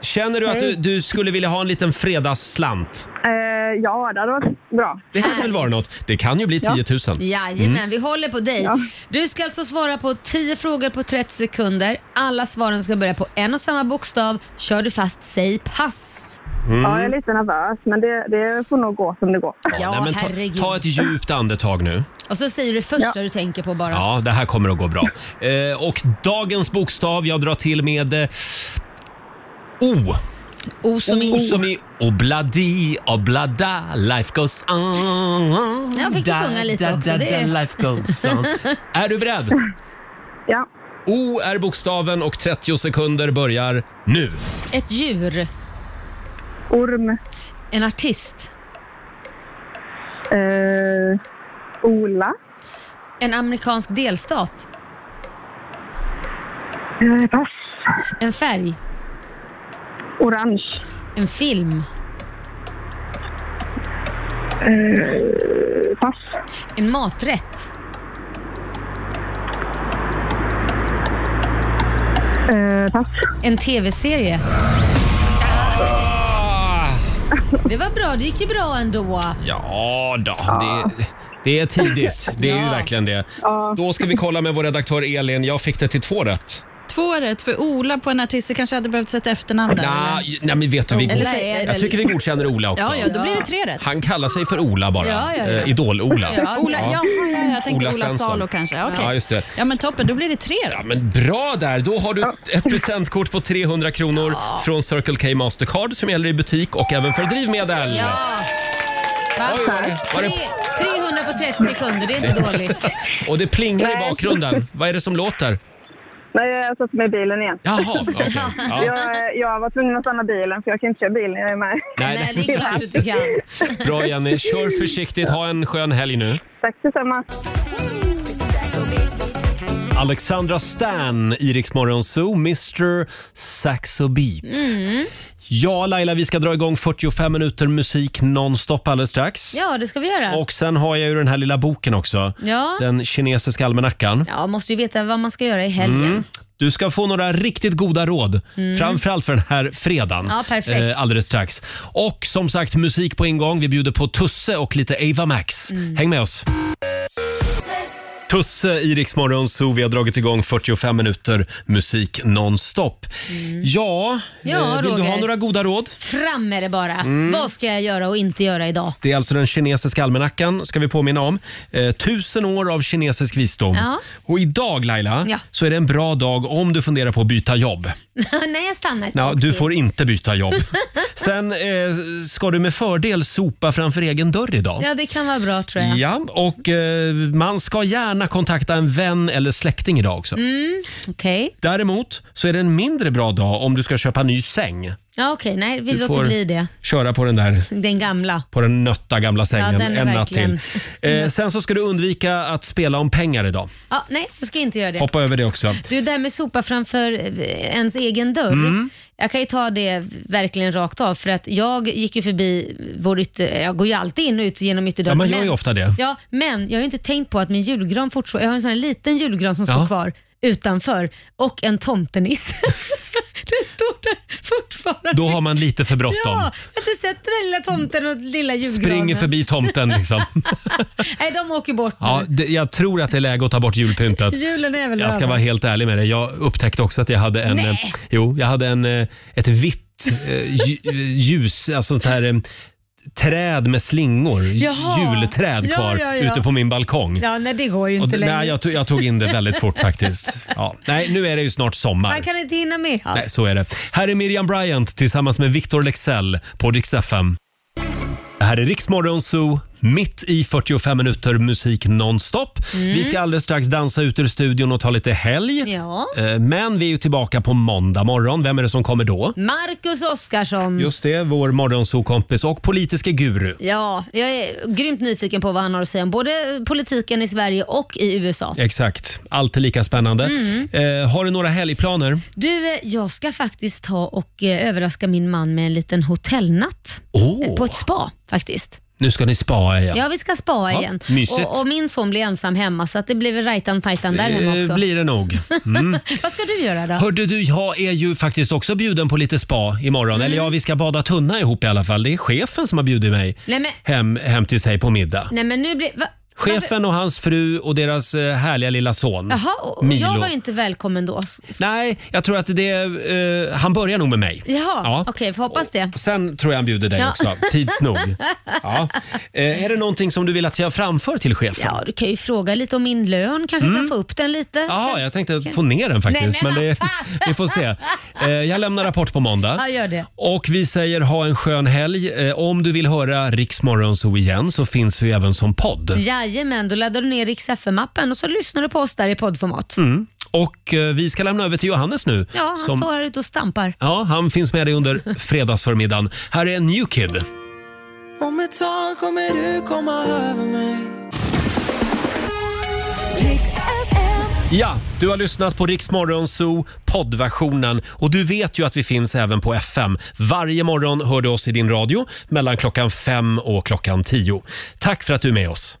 Känner du att du,
Hej.
du skulle vilja ha en liten fredagsslant?
Eh, ja, det hade varit bra.
Det hade väl varit något. Det kan ju bli 10 000.
Jajamän,
Mm.
vi håller på dig. Du ska alltså svara på 10 frågor på 30 sekunder. Alla svaren ska börja på en och samma bokstav. Kör du fast, säg pass.
Mm. Ja, jag är lite nervös, men det, det får nog gå som det går.
Ja,
Mm. Nej, men
herregud.
ta, ta ett djupt andetag nu.
Och så säger du det första du tänker på bara.
Ja, det här kommer att gå bra. Eh, och dagens bokstav, jag drar till med eh, O.
O som i-
O som i obladi, oblada, life goes on.
Jag fick ju
Da,
sjunga lite
da,
också,
da,
det är-
da, life goes
[laughs]
on. Är du beredd?
Ja.
O är bokstaven och 30 sekunder börjar nu.
Ett djur.
Orm.
En artist.
Eh, Ola.
En amerikansk delstat.
Eh, pass.
En färg.
Orange.
En film.
Eh, pass.
En maträtt.
Eh, pass.
En tv-serie. Det var bra, det gick ju bra ändå.
Ja då, det, det är tidigt. Det är ju
Ja.
verkligen det. Då ska vi kolla med vår redaktör Elin. Jag fick det till två rätt.
Två rätt för Ola på en artist. Det kanske hade behövt sätta efternamn där.
Nja,
eller?
Ah, nej, men vet du, vi,
Eller så är det
jag
väl-
tycker vi godkänner Ola också.
Ja, ja, då blir det tre rätt.
Han kallar sig för Ola bara.
Ja, ja, ja.
Eh, Idol-Ola.
Ja, Ola, ja, ja, ja, jag tänkte
Ola
Ola,
Svensson.
Salo kanske. Ja, okej.
Ja, just det.
ja, men toppen, då blir det tre då.
Ja, men bra där! Då har du ett presentkort på 300 kronor från Circle K Mastercard som gäller i butik och även för drivmedel.
Ja. Va?
Oj, var det- var det-
Tre- 300 på 30 sekunder, det är inte dåligt.
[laughs] Och det plingar i
Nej.
bakgrunden. Vad är det som låter?
Nej, jag har satt mig i bilen igen.
Jaha, okej. Ja.
[laughs] Jag, eh, jag var tvungen att stanna bilen, för jag kan inte köra bil när jag är med.
Nej, Nej, det
är klart du inte
[laughs] kan.
Bra Jenny, kör försiktigt. Ha en skön helg nu.
Tack detsamma.
Alexandra Stan i Rix Morgon Zoo, Mr Saxo Beat.
Mm.
Ja, Laila, vi ska dra igång 45 minuter musik nonstop alldeles strax.
Ja, det ska vi göra.
Och sen har jag ju den här lilla boken också.
Ja.
Den kinesiska almanackan.
Ja, måste ju veta vad man ska göra i helgen.
Mm. Du ska få några riktigt goda råd,
Mm.
framförallt för den här fredagen. eh,
Ja, perfekt.
alldeles strax. Och som sagt, musik på ingång. Vi bjuder på Tusse och lite Ava Max.
Mm.
Häng med oss. Tusse i Rix Morgon Zoo. Vi har dragit igång 45 minuter musik nonstop. Ja,
Mm. Ja,
eh, vill du
Roger.
ha några goda råd?
Fram är det bara.
Mm.
Vad ska jag göra och inte göra idag?
Det är alltså den kinesiska almanackan, ska vi påminna om. Eh, tusen år av kinesisk visdom.
Ja. [laughs]
Och idag Laila,
Ja.
så är det en bra dag om du funderar på att byta jobb.
Nej, jag stannar ett
Ja,
tag
du
till.
får inte
[laughs]
byta jobb. Sen eh, ska du med fördel sopa framför egen dörr idag.
Ja, det kan vara bra tror jag.
Ja, och eh, man ska gärna kontakta en vän eller släkting idag också.
Mm, Okej.
Däremot så är det en mindre bra dag om du ska köpa ny säng.
Ja, okej. Nej, vi
Du
låter
får-
bli det.
Köra på den där
Den gamla.
på den nötta gamla sängen
Ja, den är
en natt till.
verkligen-
Eh, sen så ska du undvika att spela om pengar idag.
Ja, nej, du ska inte göra det.
Hoppa över det också.
Du, det där med sopa framför eh, ens egen dörr.
Mm.
Jag kan ju ta det verkligen rakt av för att jag gick ju förbi vår ytter... eh, Jag går ju alltid in och ut genom ytterdörren.
Ja, man gör ju ofta det.
Ja, men jag har ju inte tänkt på att min julgran fortfarande... Jag har en sån här liten julgran som står
Ja.
kvar utanför och en tomtenisse. [laughs] den står där [laughs] fortfarande.
Då har man lite för bråttom.
Ja, att du sätter den lilla tomten och lilla julgranen.
Springer förbi tomten
[laughs]
liksom.
Nej, de åker bort nu.
Ja, det, jag tror att det är läge att ta bort julpyntet.
Julen är väl
Jag ska
över.
vara helt ärlig med dig. Jag upptäckte också att jag hade en...
Nej.
eh, Jo, jag hade en, eh, ett vitt eh, lju- eh, ljus, alltså sånt här eh, träd med slingor,
Jaha.
julträd
Ja,
kvar
ja, ja.
ute på min balkong.
Ja, nej det går ju
Och,
inte
d-
längre.
nej, jag, tog, jag tog in det väldigt fort faktiskt. Ja. Nej, nu är det ju snart sommar.
Man kan inte hinna med allt.
Nej, så är det. Här är Miriam Bryant tillsammans med Victor Lexell på Dix FM. Det här är Riksmorgon Zoo, mitt i 45 minuter musik nonstop.
Mm.
Vi ska alldeles strax dansa ut ur studion och ta lite helg.
Ja.
Eh, Men vi är ju tillbaka på måndag morgon. Vem är det som kommer
Mm.
då?
Marcus Oskarsson.
Just det, vår morgonsokompis och politiska guru.
Ja, jag är grymt nyfiken på vad han har att säga om både politiken i Sverige och i USA.
Exakt, alltid lika spännande.
Mm.
Eh, har du några helgplaner?
Du, eh, jag ska faktiskt ta och eh, överraska min man med en liten hotellnatt.
Åh.
Eh, På ett spa faktiskt.
Nu ska ni spa igen.
Ja, vi ska spa
Ja,
igen.
mysigt.
Och, och min son blir ensam hemma så att det blir väl rajtan tajtan där hemma
Det
också.
Eh, blir
[laughs]
det nog. Mm.
Vad ska du göra då?
Hörde du, jag är ju faktiskt också bjuden på lite spa imorgon. Eller
Mm.
ja, vi ska bada tunna ihop i alla fall. Det är chefen som har bjudit mig
Nej, men,
hem, hem till sig på middag.
nej men nu blir... Va,
Chefen och hans fru och deras eh, härliga lilla son
Jaha, och, och
Milo.
jag var inte välkommen då.
Nej, jag tror att det... Eh, han börjar nog med mig.
Jaha,
Ja.
okej, vi får hoppas det.
Och Sen tror jag han bjuder dig
Ja.
också,
[laughs]
tids nog. Ja. Eh, är det någonting som du vill att jag framför till chefen?
Ja, du kan ju fråga lite om min lön, kanske
Mm.
kan få upp den lite.
Ja, jag tänkte få ner den faktiskt.
Nej, men
men det,
vad
[laughs] vi får se. Eh, jag lämnar rapport på måndag.
Ja, gör det.
Och vi säger ha en skön helg. Eh, Om du vill höra Riksmorgon så igen så finns vi även som podd.
Jajamän, då laddar du ner Rix FM-appen och så lyssnar du på oss där i poddformat.
Mm. Och eh, vi ska lämna över till Johannes nu.
Ja, han
som-
står här ute och stampar.
Ja, han finns med dig under fredagsförmiddagen. Här är New Kid.
Om ett tag kommer er du komma över mig
Ja, du har lyssnat på Riksmorgon Zoo poddversionen och du vet ju att vi finns även på FM. Varje morgon hör du oss i din radio mellan klockan fem och klockan tio. Tack för att du är med oss.